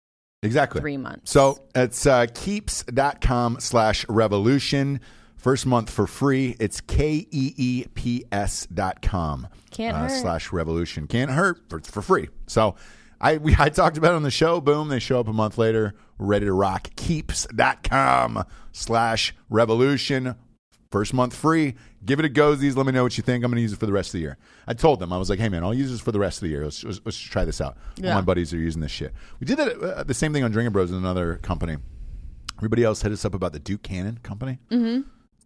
Speaker 2: exactly
Speaker 3: three months.
Speaker 2: So it's uh, keeps.com slash revolution. First month for free. It's K E E P S dot com
Speaker 3: Can't
Speaker 2: uh,
Speaker 3: hurt.
Speaker 2: slash revolution. Can't hurt for, for free. So I we, I talked about it on the show. Boom. They show up a month later, ready to rock. Keeps.com slash revolution. First month free. Give it a gozies. Let me know what you think. I'm going to use it for the rest of the year. I told them I was like, "Hey man, I'll use this for the rest of the year. Let's, let's, let's just try this out." All
Speaker 3: Yeah.
Speaker 2: my buddies are using this shit. We did that, uh, the same thing on Drinking Bros in another company. Everybody else hit us up about the Duke Cannon company. Mm-hmm.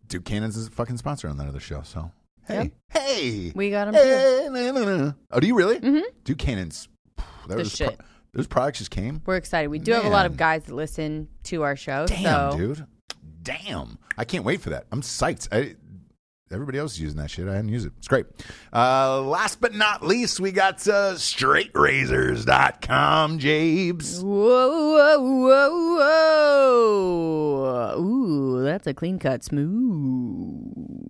Speaker 2: Duke Cannon's is a fucking sponsor on that other show. So hey, hey,
Speaker 3: We got 'em
Speaker 2: Hey, na, na, na. Oh, do you really? Mm-hmm. Duke Cannon's phew, that
Speaker 3: The
Speaker 2: was
Speaker 3: shit.
Speaker 2: Pro- those products just came.
Speaker 3: We're excited. We do have a lot of
Speaker 2: Man.
Speaker 3: guys that listen to our show.
Speaker 2: Damn,
Speaker 3: so
Speaker 2: dude. Damn. I can't wait for that. I'm psyched. I, Everybody else is using that shit. I didn't use it. It's great. Uh, last but not least, we got uh, straightrazors.com, Jabes.
Speaker 3: Whoa, whoa, whoa, whoa. Ooh, that's a clean cut. Smooth.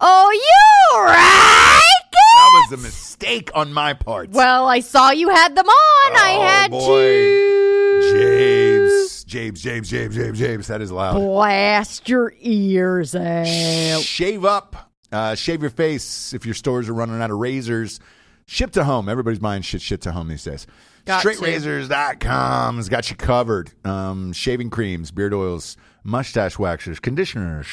Speaker 3: Oh, you right?
Speaker 2: That was a mistake on my part.
Speaker 3: Well, I saw you had them on. I
Speaker 2: Oh,
Speaker 3: had
Speaker 2: boy.
Speaker 3: to.
Speaker 2: Jabes, Jabes, Jabes, Jabes, Jabes, Jabes. That is loud.
Speaker 3: Blast your ears out.
Speaker 2: Shave up. Uh, shave your face if your stores are running out of razors. Ship to home. Everybody's buying shit shit to home these days.
Speaker 3: Got to.
Speaker 2: StraightRazors.com's got you covered. Um, shaving creams, beard oils, mustache waxers, conditioners.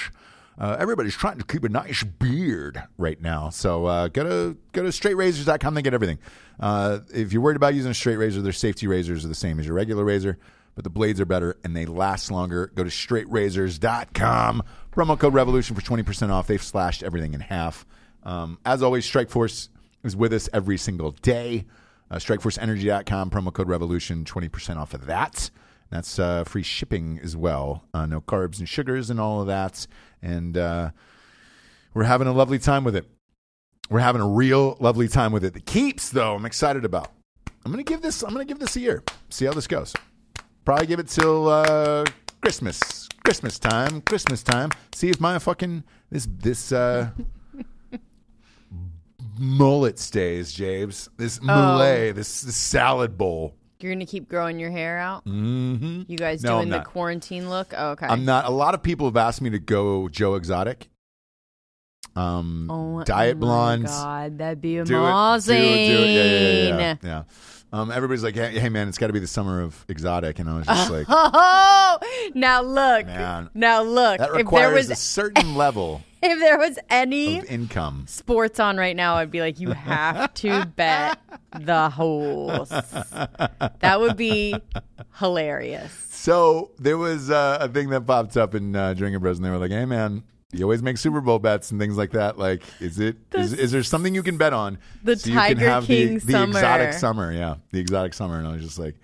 Speaker 2: Uh, everybody's trying to keep a nice beard right now. So uh, go to go to straightrazors.com. They get everything. Uh, if you're worried about using a straight razor, their safety razors are the same as your regular razor, but the blades are better and they last longer. Go to straightrazors.com. Promo code revolution for 20% off. They've slashed everything in half. Um, as always, Strike Force is with us every single day. Uh, StrikeForceEnergy.com, promo code revolution, 20% off of that. That's uh, free shipping as well. Uh, no carbs and sugars and all of that. And uh, we're having a lovely time with it. We're having a real lovely time with it. The keeps, though, I'm excited about. I'm gonna give this. I'm gonna give this a year. See how this goes. Probably give it till uh, Christmas. Christmas time. Christmas time. See if my fucking this this uh, mullet stays, James. This mullet. This, this salad bowl.
Speaker 3: You're going to keep growing your hair out? Mm-hmm. You guys
Speaker 2: No, I'm
Speaker 3: doing the
Speaker 2: not.
Speaker 3: quarantine look? Oh, okay.
Speaker 2: I'm not. A lot of people have asked me to go Joe Exotic. Um,
Speaker 3: oh,
Speaker 2: diet
Speaker 3: my
Speaker 2: blondes.
Speaker 3: God, that'd be
Speaker 2: do it, do
Speaker 3: amazing.
Speaker 2: it, do it. Yeah, yeah, yeah, yeah. yeah. Um, everybody's like, hey, hey, man, it's got to be the summer of exotic, and I was
Speaker 3: Uh-huh.
Speaker 2: just like,
Speaker 3: Oh, now look.
Speaker 2: Man.
Speaker 3: Now look.
Speaker 2: that
Speaker 3: If there
Speaker 2: requires
Speaker 3: was
Speaker 2: a certain level
Speaker 3: if there was any
Speaker 2: of income.
Speaker 3: sports on right now, I'd be like, you have to bet the horse. That would be hilarious.
Speaker 2: So there was uh, a thing that popped up in uh, Drinking Bros, and they were like, hey, man. You always make Super Bowl bets and things like that. Like, is it is, is there something you can bet on?
Speaker 3: the
Speaker 2: so you can
Speaker 3: Tiger
Speaker 2: have
Speaker 3: King
Speaker 2: the, the exotic
Speaker 3: summer. Um.
Speaker 2: summer, yeah, the exotic summer. And I was just like,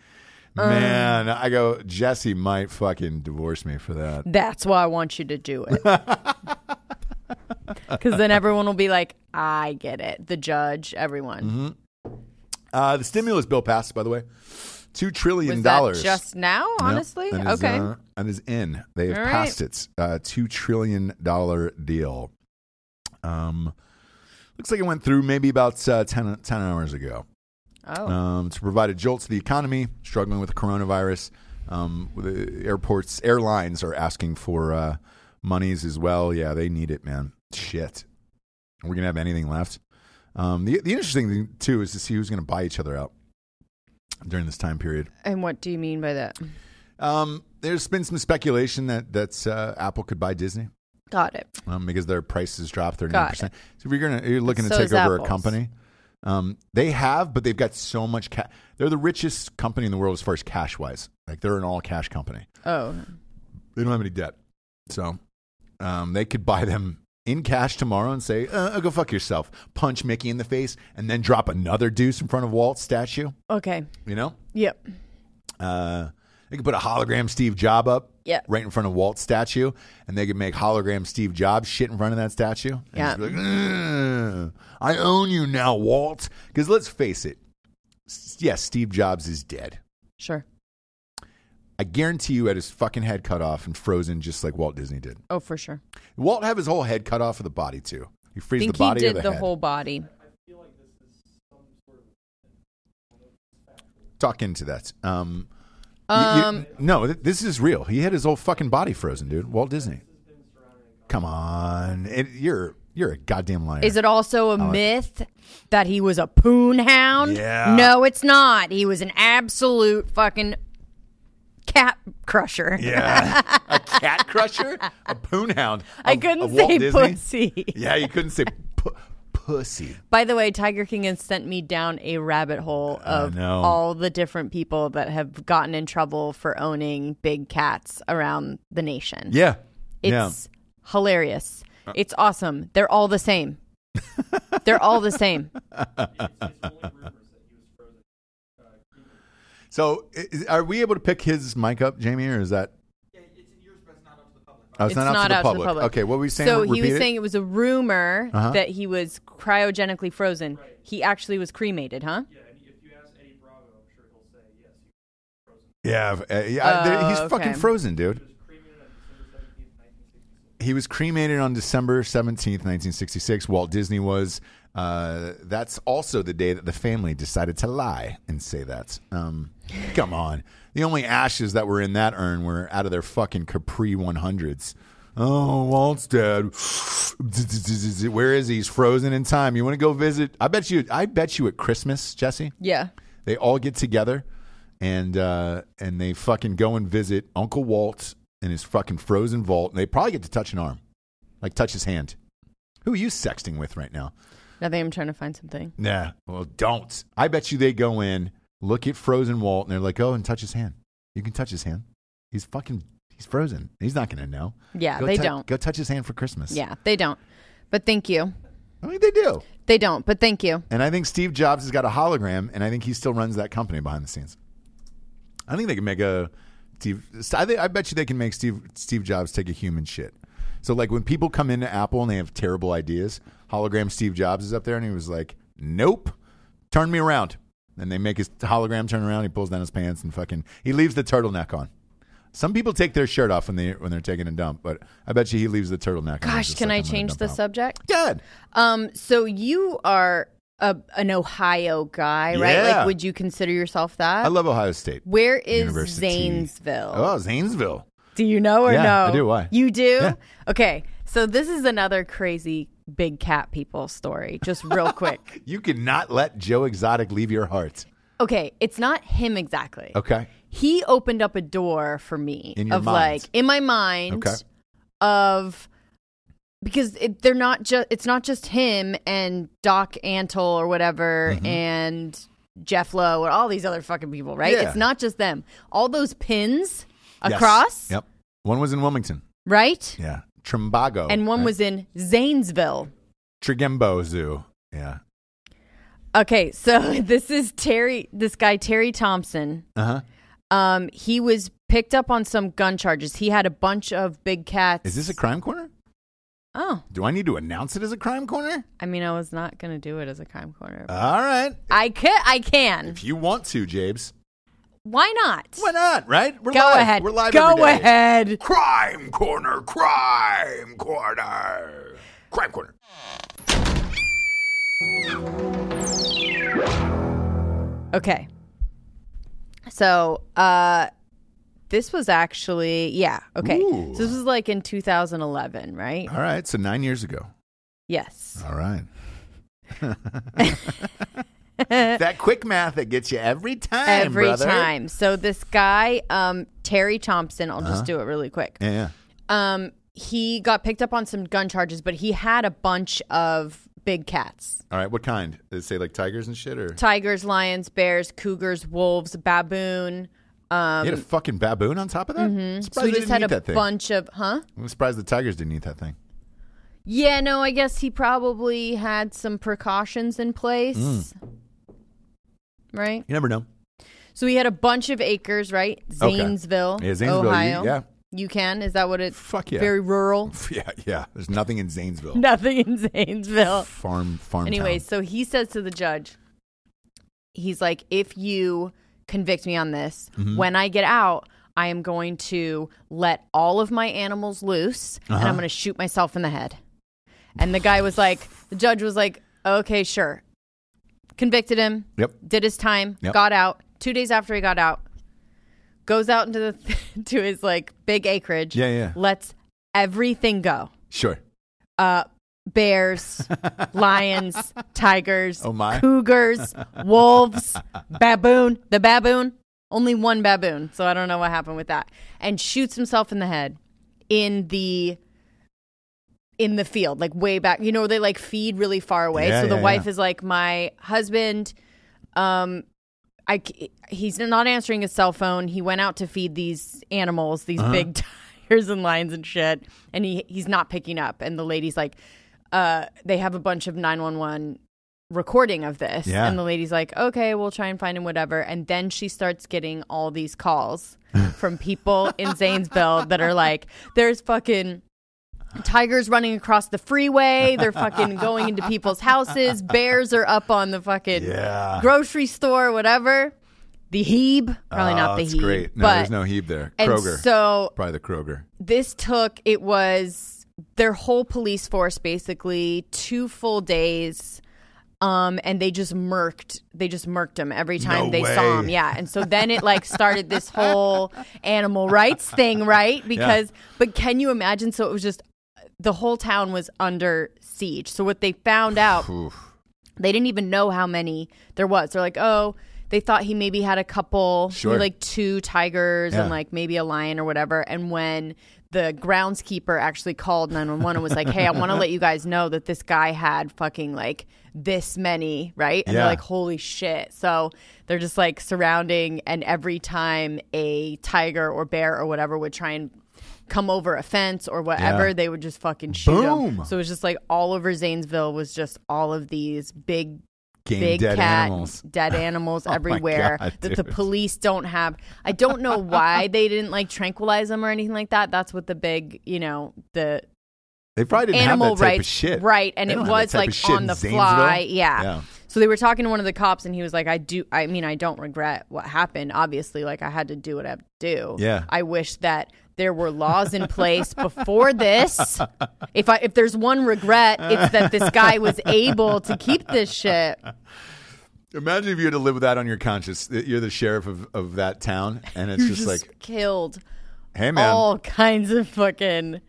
Speaker 2: man, I go, Jesse might fucking divorce me for that.
Speaker 3: That's why I want you to do it. Because then everyone will be like, I get it. The judge, everyone.
Speaker 2: Mm-hmm. Uh, the stimulus bill passed, by the way, two trillion
Speaker 3: Was
Speaker 2: dollars.
Speaker 3: that just now, honestly?
Speaker 2: that is,
Speaker 3: okay.
Speaker 2: uh, that is in. They have
Speaker 3: All right.
Speaker 2: passed it. Uh, two trillion dollar deal. Um, looks like it went through maybe about uh, 10, 10 hours ago.
Speaker 3: oh.
Speaker 2: Um, to provide a jolt to the economy, struggling with coronavirus, um, the airports, airlines are asking for uh, monies as well. Yeah, they need it, man. Shit, we're gonna have anything left. Um, the the interesting thing too is to see who's gonna buy each other out during this time period.
Speaker 3: and what do you mean by that?
Speaker 2: Um, there's been some speculation that that's uh, Apple could buy Disney
Speaker 3: Got it.
Speaker 2: um, because their prices dropped thirty nine
Speaker 3: Got
Speaker 2: percent.
Speaker 3: it.
Speaker 2: So if you're gonna you're looking
Speaker 3: So
Speaker 2: to take
Speaker 3: is
Speaker 2: over a
Speaker 3: Apple's.
Speaker 2: company, um, they have, but they've got so much cash. They're the richest company in the world as far as cash wise. Like they're an all cash company.
Speaker 3: Oh.
Speaker 2: They don't have any debt, so um, they could buy them in cash tomorrow and say, uh, "Go fuck yourself," punch Mickey in the face, and then drop another deuce in front of Walt's statue.
Speaker 3: Okay.
Speaker 2: You know,
Speaker 3: Yep.
Speaker 2: uh, they could put a hologram Steve Job up
Speaker 3: Yeah.
Speaker 2: right in front of Walt's statue, and they could make hologram Steve Jobs shit in front of that statue. And just
Speaker 3: Yeah.
Speaker 2: be like, "Ugh, I own you now, Walt. Because let's face it, s- yes, Steve Jobs is dead.
Speaker 3: Sure.
Speaker 2: I guarantee you, had his fucking head cut off and frozen just like Walt Disney did.
Speaker 3: Oh, for sure.
Speaker 2: Walt have his whole head cut off of the body too. He
Speaker 3: I
Speaker 2: frees
Speaker 3: think
Speaker 2: the body
Speaker 3: he
Speaker 2: or
Speaker 3: did
Speaker 2: the,
Speaker 3: the
Speaker 2: head.
Speaker 3: whole body.
Speaker 2: Talk into that. Um, you- you-
Speaker 3: Um,
Speaker 2: no, th- this is real. He had his whole fucking body frozen, dude. Walt Disney. Come on, It- you're you're a goddamn liar.
Speaker 3: Is it also a myth that he was a poon hound?
Speaker 2: Yeah.
Speaker 3: No, it's not. He was an absolute fucking cat crusher.
Speaker 2: Yeah, a cat crusher, a poon hound.
Speaker 3: I
Speaker 2: of- of
Speaker 3: couldn't
Speaker 2: Walt
Speaker 3: say
Speaker 2: Disney?
Speaker 3: pussy.
Speaker 2: Yeah, you couldn't say pu- pussy.
Speaker 3: By the way, Tiger King has sent me down a rabbit hole of
Speaker 2: know.
Speaker 3: all the different people that have gotten in trouble for owning big cats around the nation.
Speaker 2: Yeah, yeah. Uh.
Speaker 3: It's hilarious. It's awesome. They're all the same. They're all the same.
Speaker 2: So, i- is, are we able to pick his mic up, Jamie, or is that? Oh, it's, not, out, to the, public.
Speaker 3: to the public.
Speaker 2: Okay, what were we saying?
Speaker 3: So
Speaker 2: Repeat
Speaker 3: he was
Speaker 2: it? Uh-huh.
Speaker 3: saying it was a rumor that he was cryogenically frozen. He actually was cremated, huh?
Speaker 2: Yeah, uh, yeah. there- he's
Speaker 3: Oh,
Speaker 2: fucking
Speaker 3: okay.
Speaker 2: frozen, dude. He was cremated on December 17th, 1966. Walt Disney was. Uh, that's also the day that the family decided to lie and say that. Um, come on. The only ashes that were in that urn were out of their fucking Capri 100s. Oh, Walt's dead. Where is he? He's frozen in time. You want to go visit? I bet you. I bet you at Christmas, Jesse.
Speaker 3: Yeah.
Speaker 2: They all get together and uh, and they fucking go and visit Uncle Walt in his fucking frozen vault. And they probably get to touch an arm, like touch his hand. Who are you sexting with right now?
Speaker 3: Nothing. I'm trying to find something.
Speaker 2: Nah. Well, don't. I bet you they go in, look at frozen Walt, and they're like, oh, and touch his hand. You can touch his hand. He's fucking, he's frozen. He's not going to know.
Speaker 3: Yeah,
Speaker 2: Go
Speaker 3: they
Speaker 2: tou-
Speaker 3: don't.
Speaker 2: Go touch his hand for Christmas.
Speaker 3: Yeah, they don't. But thank you.
Speaker 2: I mean, they do.
Speaker 3: They don't. But thank you.
Speaker 2: And I think Steve Jobs has got a hologram, and I think he still runs that company behind the scenes. I think they can make a Steve. I, think, I bet you they can make Steve Steve Jobs take a human shit. So like when people come into Apple and they have terrible ideas, hologram Steve Jobs is up there, and he was like, "Nope, turn me around." And they make his hologram turn around. He pulls down his pants and fucking he leaves the turtleneck on. Some people take their shirt off when they when they're taking a dump, but I bet you he leaves the turtleneck. on. He's
Speaker 3: Gosh,
Speaker 2: just
Speaker 3: can
Speaker 2: like,
Speaker 3: I
Speaker 2: "I'm gonna
Speaker 3: change
Speaker 2: dump
Speaker 3: the
Speaker 2: out."
Speaker 3: subject?
Speaker 2: Good.
Speaker 3: Um, so you are a, an Ohio guy, right?
Speaker 2: Yeah.
Speaker 3: Like, would you consider yourself that?
Speaker 2: I love Ohio State.
Speaker 3: Where is
Speaker 2: University.
Speaker 3: Zanesville?
Speaker 2: Oh, Zanesville.
Speaker 3: Do you know or
Speaker 2: Yeah,
Speaker 3: no?
Speaker 2: I do. Why?
Speaker 3: You do?
Speaker 2: Yeah.
Speaker 3: Okay. So this is another crazy big cat people story, just real quick.
Speaker 2: You cannot let Joe Exotic leave your heart.
Speaker 3: Okay, it's not him exactly.
Speaker 2: Okay.
Speaker 3: He opened up a door for me
Speaker 2: In your
Speaker 3: of
Speaker 2: mind.
Speaker 3: like in my mind
Speaker 2: Okay.
Speaker 3: of because it, they're not just it's not just him and Doc Antle or whatever
Speaker 2: Mm-hmm.
Speaker 3: and Jeff Lowe or all these other fucking people, right?
Speaker 2: Yeah.
Speaker 3: It's not just them. All those pins
Speaker 2: Yes.
Speaker 3: across,
Speaker 2: Yep. One was in Wilmington.
Speaker 3: right?
Speaker 2: Yeah. Trimbago.
Speaker 3: And one
Speaker 2: right?
Speaker 3: was in Zanesville.
Speaker 2: Trigembo Zoo. Yeah.
Speaker 3: Okay, so this is Terry, this guy Terry Thompson.
Speaker 2: Uh huh.
Speaker 3: Um, he was picked up on some gun charges. He had a bunch of big cats.
Speaker 2: Is this a crime corner?
Speaker 3: Oh,
Speaker 2: Do I need to announce it as a crime corner?
Speaker 3: I mean, I was not gonna do it as a crime corner.
Speaker 2: All right.
Speaker 3: I could, I can.
Speaker 2: If you want to, Jabes.
Speaker 3: Why not?
Speaker 2: Why not, right? We're
Speaker 3: Go
Speaker 2: live.
Speaker 3: ahead.
Speaker 2: We're live
Speaker 3: Go
Speaker 2: every day.
Speaker 3: ahead.
Speaker 1: Crime Corner, Crime Corner, Crime Corner.
Speaker 3: Okay. So, uh, this was actually yeah. Okay,
Speaker 2: Ooh.
Speaker 3: so this was like in 2011, right?
Speaker 2: All right. So nine years ago.
Speaker 3: Yes.
Speaker 2: All right. that quick math that gets you every time.
Speaker 3: Every
Speaker 2: brother.
Speaker 3: time. So this guy, um, Terry Thompson, I'll
Speaker 2: Uh-huh.
Speaker 3: just do it really quick.
Speaker 2: Yeah, Yeah.
Speaker 3: Um, he got picked up on some gun charges, but he had a bunch of big cats
Speaker 2: All right. What kind? Did it say like tigers and shit or?
Speaker 3: tigers, lions, bears, cougars, wolves, baboon. Um,
Speaker 2: he had a fucking baboon on top of that. Mm-hmm. Surprised
Speaker 3: so
Speaker 2: they
Speaker 3: he just
Speaker 2: didn't
Speaker 3: had
Speaker 2: eat
Speaker 3: a
Speaker 2: that thing.
Speaker 3: bunch of, huh?
Speaker 2: I'm surprised the tigers didn't eat that thing.
Speaker 3: Yeah, no, I guess he probably had some precautions in place.
Speaker 2: Hmm.
Speaker 3: Right?
Speaker 2: You never know.
Speaker 3: So he had a bunch of acres, right?
Speaker 2: Okay.
Speaker 3: Zanesville,
Speaker 2: Yeah, Zanesville, you-
Speaker 3: Ohio.
Speaker 2: yeah.
Speaker 3: You can? Is that what it?
Speaker 2: Fuck yeah.
Speaker 3: Very rural.
Speaker 2: Yeah, yeah. There's nothing in Zanesville.
Speaker 3: Nothing in Zanesville.
Speaker 2: Farm, farm.
Speaker 3: Anyway,
Speaker 2: town.
Speaker 3: so he says to the judge, he's like, if you convict me on this,
Speaker 2: Mm-hmm.
Speaker 3: when I get out, I am going to let all of my animals loose
Speaker 2: Uh-huh.
Speaker 3: and I'm going to shoot myself in the head. And the guy was like, the judge was like, okay, sure. Convicted him,
Speaker 2: Yep.
Speaker 3: did his time,
Speaker 2: Yep.
Speaker 3: got out. Two days after he got out, goes out into the to his like big acreage.
Speaker 2: Yeah, yeah.
Speaker 3: Lets everything go
Speaker 2: Sure.
Speaker 3: uh, bears, lions, tigers,
Speaker 2: Oh, my.
Speaker 3: cougars, wolves, baboon. The baboon, only one baboon. So I don't know what happened with that. And shoots himself in the head in the in the field, like way back. You know, they like feed really far away.
Speaker 2: Yeah,
Speaker 3: so the
Speaker 2: yeah,
Speaker 3: wife
Speaker 2: yeah.
Speaker 3: is like, my husband. Um, I c- he's not answering his cell phone. He went out to feed these animals, these
Speaker 2: Uh-huh.
Speaker 3: big tigers and lions and shit, and he he's not picking up. And the lady's like, uh, they have a bunch of nine one one recording of this.
Speaker 2: Yeah.
Speaker 3: And the lady's like, okay, we'll try and find him, whatever. And then she starts getting all these calls from people in Zanesville that are like, there's fucking tigers running across the freeway. They're fucking going into people's houses. Bears are up on the fucking
Speaker 2: Yeah.
Speaker 3: grocery store, whatever. The Hebe, probably not the
Speaker 2: that's
Speaker 3: Hebe.
Speaker 2: Oh, great. No,
Speaker 3: but,
Speaker 2: there's no heeb there.
Speaker 3: And
Speaker 2: Kroger.
Speaker 3: so
Speaker 2: Probably the Kroger.
Speaker 3: this took it was their whole police force basically two full days um and they just murked they just murked him every time
Speaker 2: No
Speaker 3: they saw him
Speaker 2: way.
Speaker 3: yeah and so then it like started this whole animal rights thing right because but can you imagine so it was just the whole town was under siege so what they found out they didn't even know how many there was they're like oh they thought he maybe had a couple maybe,
Speaker 2: Sure.
Speaker 3: like two tigers
Speaker 2: Yeah.
Speaker 3: and like maybe a lion or whatever and when the groundskeeper actually called 911 and was like hey i want to let you guys know that this guy had fucking like this many right and
Speaker 2: Yeah.
Speaker 3: they're like holy shit so they're just like surrounding and every time a tiger or bear or whatever would try and come over a fence or whatever
Speaker 2: Yeah.
Speaker 3: they would just fucking shoot 'em.
Speaker 2: Boom.
Speaker 3: so it was just like all over zanesville was just all of these big
Speaker 2: Game
Speaker 3: big
Speaker 2: dead
Speaker 3: cat,
Speaker 2: animals. Oh
Speaker 3: dead animals
Speaker 2: my
Speaker 3: everywhere
Speaker 2: God,
Speaker 3: that the
Speaker 2: dude.
Speaker 3: police don't have. I don't know why they didn't like tranquilize them or anything like that. That's what the big, you know, the
Speaker 2: They probably didn't
Speaker 3: animal
Speaker 2: have that type
Speaker 3: rights,
Speaker 2: of shit.
Speaker 3: right? And
Speaker 2: They
Speaker 3: it
Speaker 2: don't have that
Speaker 3: was
Speaker 2: type
Speaker 3: like
Speaker 2: of shit
Speaker 3: on
Speaker 2: in
Speaker 3: the
Speaker 2: Zanesville.
Speaker 3: fly, yeah.
Speaker 2: Yeah.
Speaker 3: So they were talking to one of the cops, and he was like, "I do. I mean, I don't regret what happened. Obviously, like I had to do what I had to do.
Speaker 2: Yeah.
Speaker 3: I wish that." There were laws in place before this. If I if there's one regret, it's that this guy was able to keep this shit.
Speaker 2: Imagine if you had to live with that on your conscience. that You're the sheriff of, of that town, and it's just, like,
Speaker 3: killed
Speaker 2: hey, man,
Speaker 3: all kinds of fucking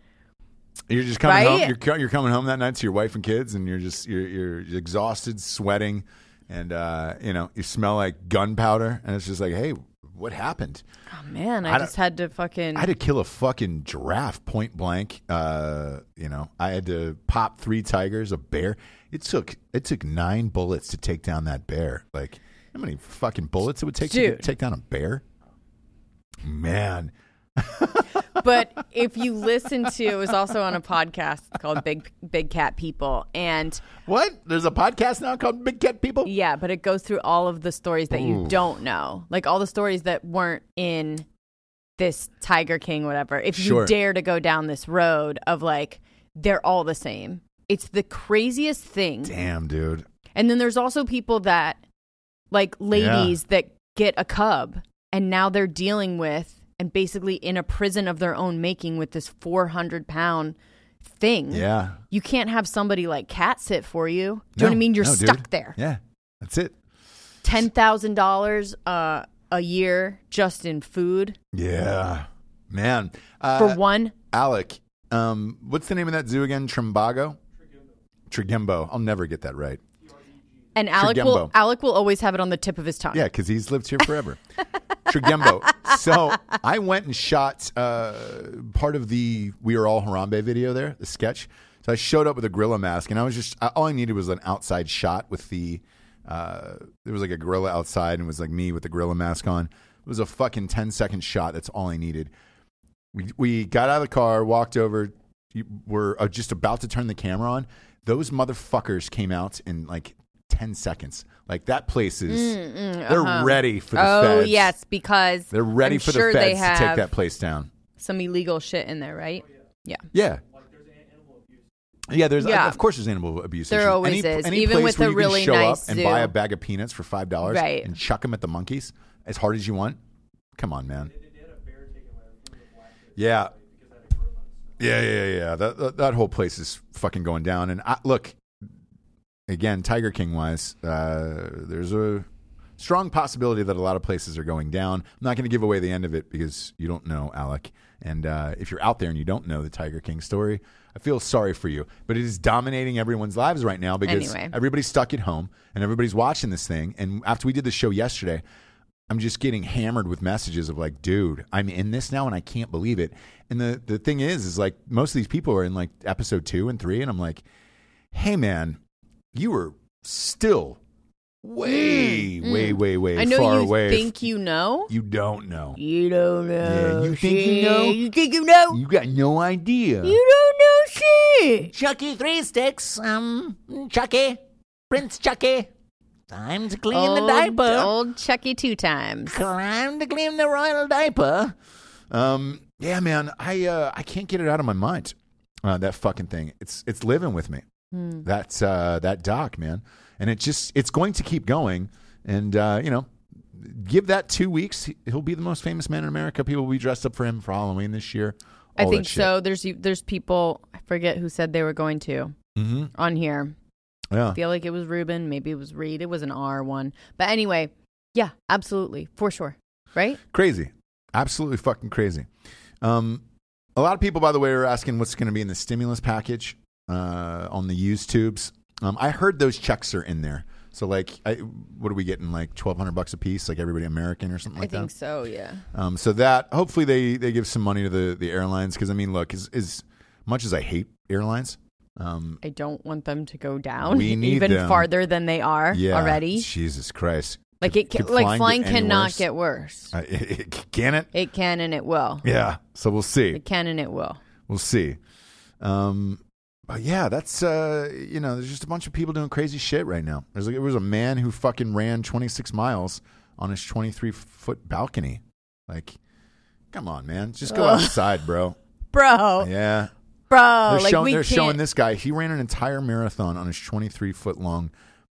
Speaker 2: you're just coming home.
Speaker 3: Right?
Speaker 2: You're, co- you're coming home that night to your wife and kids, and you're just you're, you're exhausted, sweating, and uh, you know you smell like gunpowder, and it's just like, hey, what happened?
Speaker 3: Oh, man.
Speaker 2: I
Speaker 3: I,
Speaker 2: don't-
Speaker 3: just had to fucking
Speaker 2: I had to kill a fucking giraffe point blank. Uh, you know, I had to pop three tigers, a bear. It took it took nine bullets to take down that bear. Like how many fucking bullets it would take to
Speaker 3: Dude.
Speaker 2: take down a bear? Man,
Speaker 3: but if you listen to it was also on a podcast it's called Big Big Cat People and
Speaker 2: what? There's a podcast now called Big Cat People.
Speaker 3: yeah, but it goes through all of the stories that you don't know. Like all the stories that weren't in this Tiger King whatever. If you
Speaker 2: Sure.
Speaker 3: dare to go down this road of like they're all the same. It's the craziest thing.
Speaker 2: Damn, dude.
Speaker 3: And then there's also people that, like ladies that get a cub and now they're dealing with and basically in a prison of their own making with this 400 pound thing.
Speaker 2: Yeah.
Speaker 3: You can't have somebody like cat sit for you. Do you know what I
Speaker 2: No,
Speaker 3: mean? You're
Speaker 2: no, dude.
Speaker 3: stuck there.
Speaker 2: Yeah, that's it.
Speaker 3: $10,000 uh, a year just in food
Speaker 2: Yeah, man. Uh,
Speaker 3: for one.
Speaker 2: Alec, um, what's the name of that zoo again? Trimbago? Trigimbo. I'll never get that right.
Speaker 3: And Alec will
Speaker 2: Trigembo.
Speaker 3: Alec will always have it on the tip of his tongue.
Speaker 2: Yeah, because he's lived here forever. Trigimbo. So I went and shot uh, part of the We Are All Harambe video there, the sketch. So I showed up with a gorilla mask, and I was just I- all I needed was an outside shot with the. Uh, there was like a gorilla outside, and it was like me with the gorilla mask on. It was a fucking 10 second shot. That's all I needed. We, we got out of the car, walked over, you- were uh, just about to turn the camera on. Those motherfuckers came out in like 10 seconds. Like that place is, they're ready for the
Speaker 3: Mm, Oh
Speaker 2: feds.
Speaker 3: yes, because
Speaker 2: They're ready
Speaker 3: I'm
Speaker 2: for
Speaker 3: sure
Speaker 2: the
Speaker 3: they
Speaker 2: feds to
Speaker 3: have
Speaker 2: take that place down.
Speaker 3: some illegal shit in there, right? yeah.
Speaker 2: Yeah. Yeah, there's
Speaker 3: Yeah.
Speaker 2: of course there's animal abuse.
Speaker 3: There
Speaker 2: issues.
Speaker 3: always
Speaker 2: any,
Speaker 3: is,
Speaker 2: Any
Speaker 3: even
Speaker 2: place
Speaker 3: with
Speaker 2: where
Speaker 3: a
Speaker 2: you
Speaker 3: really
Speaker 2: can show
Speaker 3: nice
Speaker 2: up and buy
Speaker 3: zoo.
Speaker 2: a bag of peanuts for five dollars
Speaker 3: Right.
Speaker 2: and chuck them at the monkeys as hard as you want. Come on, man. Yeah. Yeah, yeah, yeah. That, that that whole place is fucking going down. And I, look, again, Tiger King wise, uh, there's a strong possibility that a lot of places are going down. I'm not going to give away the end of it because you don't know, Alec. And uh, if you're out there and you don't know the Tiger King story, I feel sorry for you. But it is dominating everyone's lives right now because
Speaker 3: Anyway.
Speaker 2: everybody's stuck at home and everybody's watching this thing. And after we did the show yesterday, I'm just getting hammered with messages of like, dude, I'm in this now and I can't believe it. And the, the thing is, is like most of these people are in like episode two and three. And I'm like, hey, man, you were still way, way, way, way
Speaker 3: Mm, I know
Speaker 2: far
Speaker 3: you
Speaker 2: away.
Speaker 3: think you know.
Speaker 2: you don't know.
Speaker 3: You don't
Speaker 2: Yeah,
Speaker 3: know.
Speaker 2: you think you
Speaker 3: shit.
Speaker 2: know?
Speaker 3: You think you know?
Speaker 2: You got no idea.
Speaker 3: You don't know shit.
Speaker 4: Chucky three sticks. Um, Chucky. Prince Chucky. Time to clean
Speaker 3: old,
Speaker 4: the diaper.
Speaker 3: old
Speaker 2: E.
Speaker 3: Chucky two times.
Speaker 4: Time to clean the royal diaper.
Speaker 2: Um, yeah, man, I uh, I can't get it out of my mind. Uh, that fucking thing. It's it's living with me.
Speaker 3: Hmm.
Speaker 2: That's uh, that doc, man, and it just it's going to keep going. And uh, you know, give that two weeks, he- he'll be the most famous man in America. People will be dressed up for him for Halloween this year.
Speaker 3: I
Speaker 2: all that
Speaker 3: think
Speaker 2: shit.
Speaker 3: so. There's there's people I forget who said they were going to
Speaker 2: Mhm.
Speaker 3: on here.
Speaker 2: Yeah,
Speaker 3: feel like it was Ruben, maybe it was Reed, it was an R one. But anyway, yeah, absolutely, for sure. Right?
Speaker 2: crazy, absolutely fucking crazy. Um, a lot of people, by the way, are asking what's going to be in the stimulus package uh, on the used tubes. Um, I heard those checks are in there. So, like, I, what are we getting? Like twelve hundred bucks a piece, like everybody American or something like
Speaker 3: I think
Speaker 2: that.
Speaker 3: so, yeah.
Speaker 2: Um, so that hopefully they they give some money to the the airlines because I mean, look, as, as much as I hate airlines, um,
Speaker 3: I don't want them to go down
Speaker 2: We need
Speaker 3: even
Speaker 2: them.
Speaker 3: farther than they are
Speaker 2: yeah,
Speaker 3: already.
Speaker 2: Jesus Christ,
Speaker 3: Like it can,
Speaker 2: could
Speaker 3: like
Speaker 2: flying
Speaker 3: flying
Speaker 2: get any
Speaker 3: cannot
Speaker 2: worse?
Speaker 3: get worse.
Speaker 2: uh, can it?
Speaker 3: It can and it will.
Speaker 2: Yeah. So we'll see.
Speaker 3: It can and it will.
Speaker 2: We'll see. Um, but yeah, that's uh, you know, there's just a bunch of people doing crazy shit right now. There's like there was a man who fucking ran 26 miles on his 23 foot balcony. Like, come on, man, just
Speaker 3: Oh.
Speaker 2: go outside, bro.
Speaker 3: Bro,
Speaker 2: Yeah,
Speaker 3: bro,
Speaker 2: they're
Speaker 3: Oh. like
Speaker 2: showing
Speaker 3: we
Speaker 2: they're
Speaker 3: can't.
Speaker 2: showing this guy. He ran an entire marathon on his 23 foot long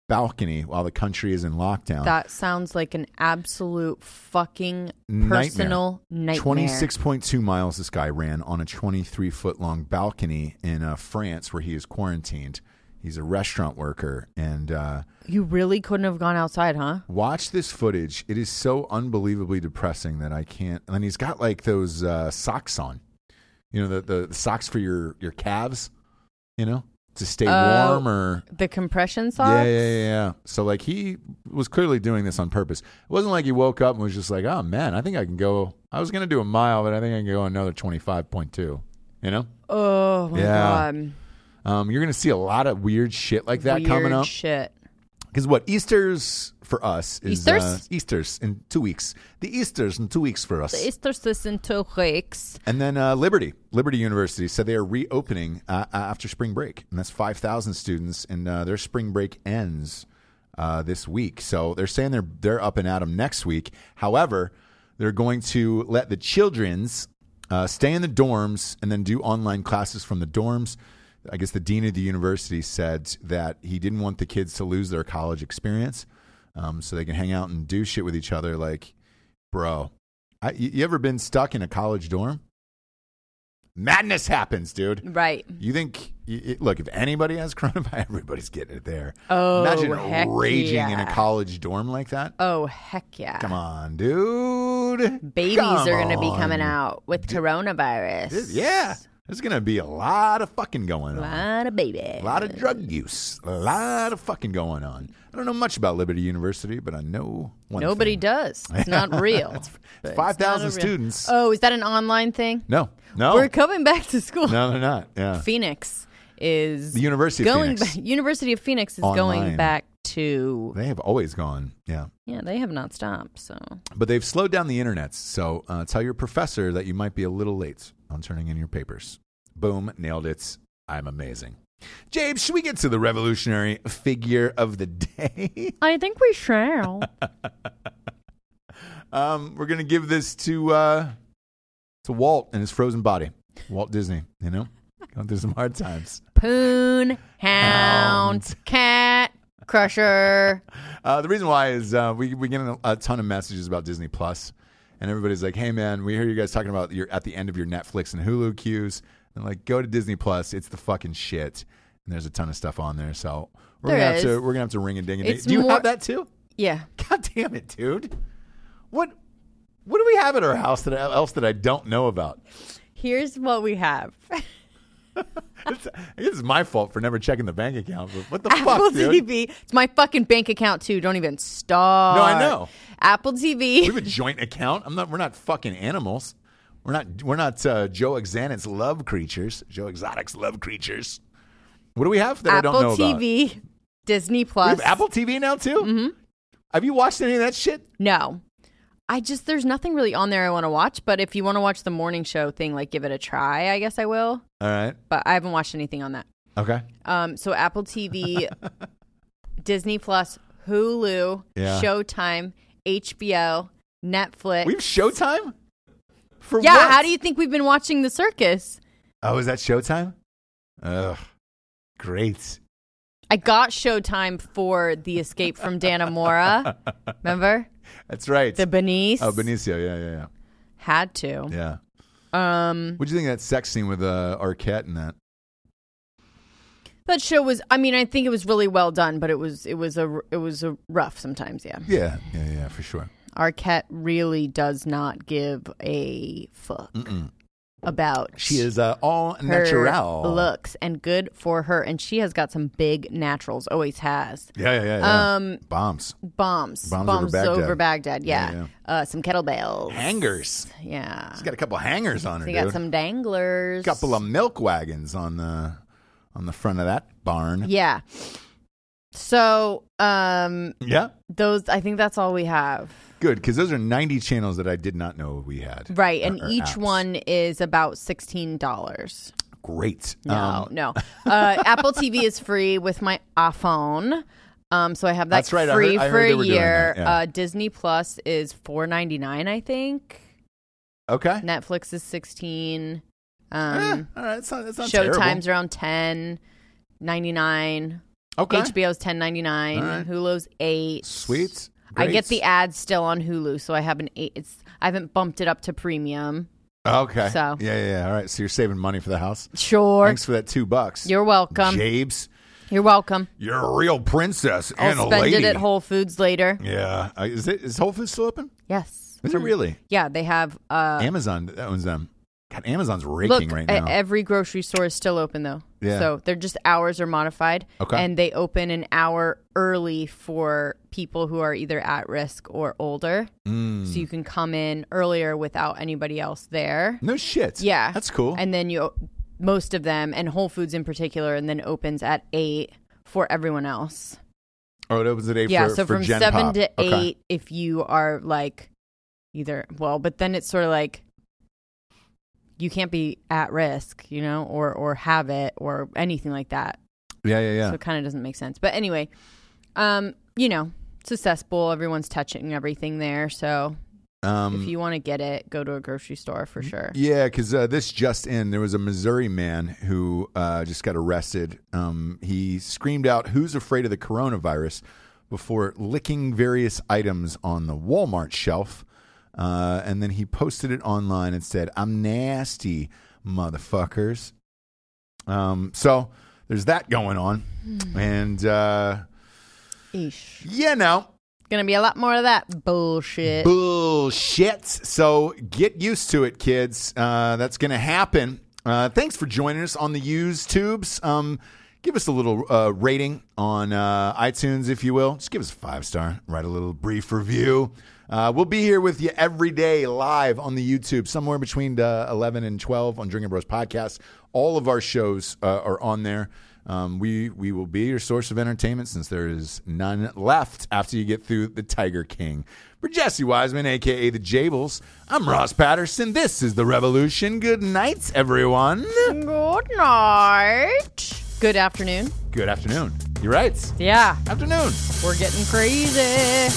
Speaker 2: balcony while the country is in lockdown.
Speaker 3: That sounds like an absolute fucking
Speaker 2: Nightmare.
Speaker 3: personal nightmare.
Speaker 2: 26.2 miles this guy ran on a 23 foot long balcony in uh, France where he is quarantined. He's a restaurant worker. And uh,
Speaker 3: You really couldn't have gone outside, huh?
Speaker 2: watch this footage. It is so unbelievably depressing that I can't. And he's got like those uh, socks on, you know, the, the, the socks for your, your calves, you know, to stay
Speaker 3: Oh,
Speaker 2: warm or.
Speaker 3: The compression socks?
Speaker 2: Yeah, yeah, yeah, yeah. So like he was clearly doing this on purpose. It wasn't like he woke up and was just like, "Oh man, I think I can go. I was gonna do a mile, but I think I can go another twenty-five point two. You know,
Speaker 3: Oh my
Speaker 2: Yeah.
Speaker 3: god.
Speaker 2: um, you're gonna see a lot of weird shit like that
Speaker 3: Weird
Speaker 2: coming up.
Speaker 3: Shit.
Speaker 2: Because what Easter's for us is
Speaker 3: Easter's?
Speaker 2: uh, Easter's in two weeks. The Easter's in two weeks for us.
Speaker 3: Easter season two weeks.
Speaker 2: And then uh, Liberty, Liberty University said they are reopening uh, uh, after spring break, and that's five thousand students, and uh, their spring break ends uh, this week. So they're saying they're they're up and at 'em next week. However, they're going to let the childrens uh, stay in the dorms and then do online classes from the dorms. I guess the dean of the university said that he didn't want the kids to lose their college experience, um, so they can hang out and do shit with each other. Like, bro, I, you you ever been stuck in a college dorm? Madness happens, dude.
Speaker 3: Right.
Speaker 2: You think, you, it- look, if anybody has coronavirus, everybody's getting it there.
Speaker 3: Oh,
Speaker 2: Imagine
Speaker 3: heck
Speaker 2: raging in a
Speaker 3: yeah.
Speaker 2: college dorm like that.
Speaker 3: Oh heck yeah.
Speaker 2: Come on, dude.
Speaker 3: Babies
Speaker 2: Come
Speaker 3: are gonna be
Speaker 2: on.
Speaker 3: coming out with coronavirus.
Speaker 2: This- yeah. There's going to be a lot of fucking going
Speaker 3: A
Speaker 2: on.
Speaker 3: lot of babies.
Speaker 2: A lot of drug use. A lot of fucking going on. I don't know much about Liberty University, but I know one
Speaker 3: Nobody
Speaker 2: thing.
Speaker 3: does. It's not real. But it's
Speaker 2: Five thousand
Speaker 3: not a real-
Speaker 2: students.
Speaker 3: Oh, is that an online thing?
Speaker 2: no, no,
Speaker 3: We're coming back to school.
Speaker 2: no, they're not. Yeah,
Speaker 3: Phoenix is
Speaker 2: The University of
Speaker 3: going
Speaker 2: Phoenix.
Speaker 3: ba- University of Phoenix is
Speaker 2: Online.
Speaker 3: going back to
Speaker 2: they have always gone. Yeah,
Speaker 3: yeah they have not stopped so
Speaker 2: But they've slowed down the internet, so uh, tell your professor that you might be a little late on turning in your papers. Boom, nailed it. I'm amazing. James, should we get to the revolutionary figure of the day?
Speaker 3: I think we shall
Speaker 2: um, we're going to give this to, uh, to Walt and his frozen body. Walt Disney, you know? Going through some hard times.
Speaker 3: Poon, hound, cat, crusher.
Speaker 2: Uh, the reason why is uh, we we get a, a ton of messages about Disney Plus, and everybody's like, "Hey, man, we hear you guys talking about your at the end of your Netflix and Hulu queues, and like go to Disney Plus, it's the fucking shit." And there's a ton of stuff on there, so we're
Speaker 3: There
Speaker 2: gonna have
Speaker 3: is.
Speaker 2: to we're gonna have to ring a ding a ding.
Speaker 3: It's
Speaker 2: Do you
Speaker 3: more-
Speaker 2: have that too?
Speaker 3: Yeah,
Speaker 2: God damn it, dude! What what do we have at our house that I- else that I don't know about?
Speaker 3: here's what we have.
Speaker 2: It's, this is my fault for never checking the bank account. But what the
Speaker 3: Apple
Speaker 2: fuck, dude?
Speaker 3: TV. It's my fucking bank account too. Don't even start.
Speaker 2: No, I know.
Speaker 3: Apple TV.
Speaker 2: We have a joint account. I'm not. We're not fucking animals. We're not. We're not uh, Joe Exotic's love creatures. Joe Exotic's love creatures. What do we have that I
Speaker 3: Apple
Speaker 2: don't know about? We
Speaker 3: TV. Disney
Speaker 2: have
Speaker 3: Plus.
Speaker 2: Apple TV now too. Mm-hmm. Have you watched any of that shit?
Speaker 3: No. I just there's nothing really on there I want to watch, but if you want to watch the morning show thing, like give it a try. I guess I will,
Speaker 2: All right.
Speaker 3: Um, but I haven't watched anything on that.
Speaker 2: Okay.
Speaker 3: Um, so Apple TV, Disney Plus, Hulu,
Speaker 2: Yeah.
Speaker 3: Showtime, HBO, Netflix.
Speaker 2: We have Showtime? For
Speaker 3: yeah,
Speaker 2: what?
Speaker 3: how do you think we've been watching the circus?
Speaker 2: Oh, is that Showtime? Ugh. Great.
Speaker 3: I got Showtime for The Escape from Danamora. Remember?
Speaker 2: That's right.
Speaker 3: The Benice.
Speaker 2: oh, Benicio. Yeah, yeah,
Speaker 3: Had to.
Speaker 2: yeah. Yeah.
Speaker 3: Um
Speaker 2: What do you think of that sex scene with uh, Arquette and that?
Speaker 3: that show was I mean, I think it was really well done, but it was it was a it was a rough sometimes, yeah.
Speaker 2: Yeah, yeah, yeah, for sure.
Speaker 3: Arquette really does not give a fuck about
Speaker 2: She is uh, all
Speaker 3: her
Speaker 2: natural.
Speaker 3: looks and good for her and she has got some big naturals always has
Speaker 2: Yeah, yeah, yeah. yeah.
Speaker 3: Um,
Speaker 2: Bombs.
Speaker 3: bombs
Speaker 2: Bombs over Baghdad.
Speaker 3: Baghdad, yeah,
Speaker 2: Yeah,
Speaker 3: Uh, some kettlebells
Speaker 2: Hangers.
Speaker 3: yeah
Speaker 2: She's got a couple hangers on her.
Speaker 3: she got
Speaker 2: dude.
Speaker 3: some danglers
Speaker 2: couple of milk wagons on the on the front of that barn.
Speaker 3: yeah so um
Speaker 2: Yeah.
Speaker 3: those i think that's all we have
Speaker 2: Good, because those are 90 channels that I did not know we had.
Speaker 3: right and
Speaker 2: Or- or
Speaker 3: each
Speaker 2: apps.
Speaker 3: one is about $16
Speaker 2: Great. Um,
Speaker 3: No, no. Uh, Apple TV is free with my iPhone. Um, so I have that
Speaker 2: That's right. I
Speaker 3: free
Speaker 2: heard- I
Speaker 3: for
Speaker 2: heard they
Speaker 3: a
Speaker 2: were doing
Speaker 3: year.
Speaker 2: that, yeah.
Speaker 3: Uh, Disney Plus is four ninety nine, I think.
Speaker 2: Okay.
Speaker 3: Netflix is sixteen.
Speaker 2: Eh,
Speaker 3: Um,
Speaker 2: all right. It's not, it's not terrible.
Speaker 3: Showtime's around ten ninety nine.
Speaker 2: Okay.
Speaker 3: HBO's ten ninety nine.
Speaker 2: All right.
Speaker 3: Hulu's eight.
Speaker 2: Sweet.
Speaker 3: I
Speaker 2: Great.
Speaker 3: get the ads still on Hulu, so I have an eight. It's I haven't bumped it up to premium.
Speaker 2: Okay.
Speaker 3: So.
Speaker 2: Yeah, yeah, yeah. All right. So you're saving money for the house.
Speaker 3: Sure,
Speaker 2: Thanks for that two bucks.
Speaker 3: you're welcome.
Speaker 2: Jabes.
Speaker 3: You're welcome.
Speaker 2: You're a real princess
Speaker 3: I'll
Speaker 2: and a
Speaker 3: spend
Speaker 2: lady.
Speaker 3: it at Whole Foods later.
Speaker 2: Yeah. Uh, Is it is Whole Foods still open?
Speaker 3: Yes.
Speaker 2: Is it really?
Speaker 3: Yeah, they have. Mm. Uh,
Speaker 2: Amazon that owns them. God, Amazon's raking
Speaker 3: look,
Speaker 2: right
Speaker 3: e-
Speaker 2: now.
Speaker 3: every grocery store is still open though.
Speaker 2: Yeah.
Speaker 3: So they're just hours are modified.
Speaker 2: Okay.
Speaker 3: And they open an hour early for people who are either at risk or older,
Speaker 2: Mm.
Speaker 3: so
Speaker 2: Hmm.
Speaker 3: you can come in earlier without anybody else there.
Speaker 2: no shit.
Speaker 3: Yeah.
Speaker 2: That's cool.
Speaker 3: And then you, most of them, and Whole Foods in particular, and then opens at eight for everyone else.
Speaker 2: oh, it opens at eight
Speaker 3: yeah.
Speaker 2: for,
Speaker 3: so
Speaker 2: for
Speaker 3: from
Speaker 2: Gen
Speaker 3: seven
Speaker 2: Pop.
Speaker 3: to eight,
Speaker 2: Okay.
Speaker 3: if you are like either well, but then it's sort of like you can't be at risk, you know, or or have it or anything like that.
Speaker 2: Yeah, yeah, yeah.
Speaker 3: So it kind of doesn't make sense. But anyway, um, you know, it's a cesspool. Everyone's touching everything there. So
Speaker 2: um,
Speaker 3: if you want to get it, go to a grocery store for sure.
Speaker 2: Yeah, because uh, this just in, there was a Missouri man who uh, just got arrested. Um, he screamed out, "Who's afraid of the coronavirus?" before licking various items on the Walmart shelf, uh, and then he posted it online and said, "I'm nasty, motherfuckers." Um, so there's that going on, and uh,
Speaker 3: Eesh.
Speaker 2: you know,
Speaker 3: Gonna be a lot more of that bullshit.
Speaker 2: Bullshit. So get used to it, kids. Uh, that's going to happen. Uh, thanks for joining us on the Use Tubes. Um, give us a little uh, rating on uh, iTunes, if you will. Just give us a five star. Write a little brief review. Uh, we'll be here with you every day live on the YouTube, somewhere between uh, 11 and 12 on Drinking Bros Podcast. All of our shows uh, are on there. Um, we we will be your source of entertainment since there is none left after you get through the Tiger King. For Jesse Wiseman, aka the Jables, I'm Ross Patterson. This is the Revolution. Good night, everyone.
Speaker 3: Good night. Good afternoon.
Speaker 2: Good afternoon. You're right.
Speaker 3: Yeah,
Speaker 2: Afternoon.
Speaker 3: we're getting crazy.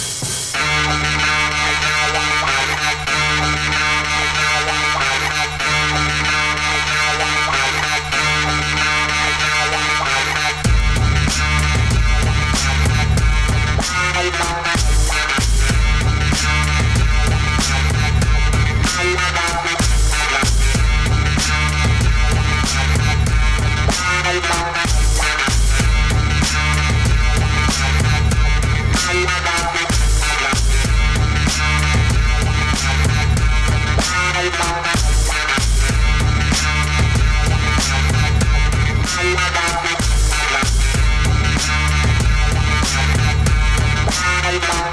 Speaker 5: Bye.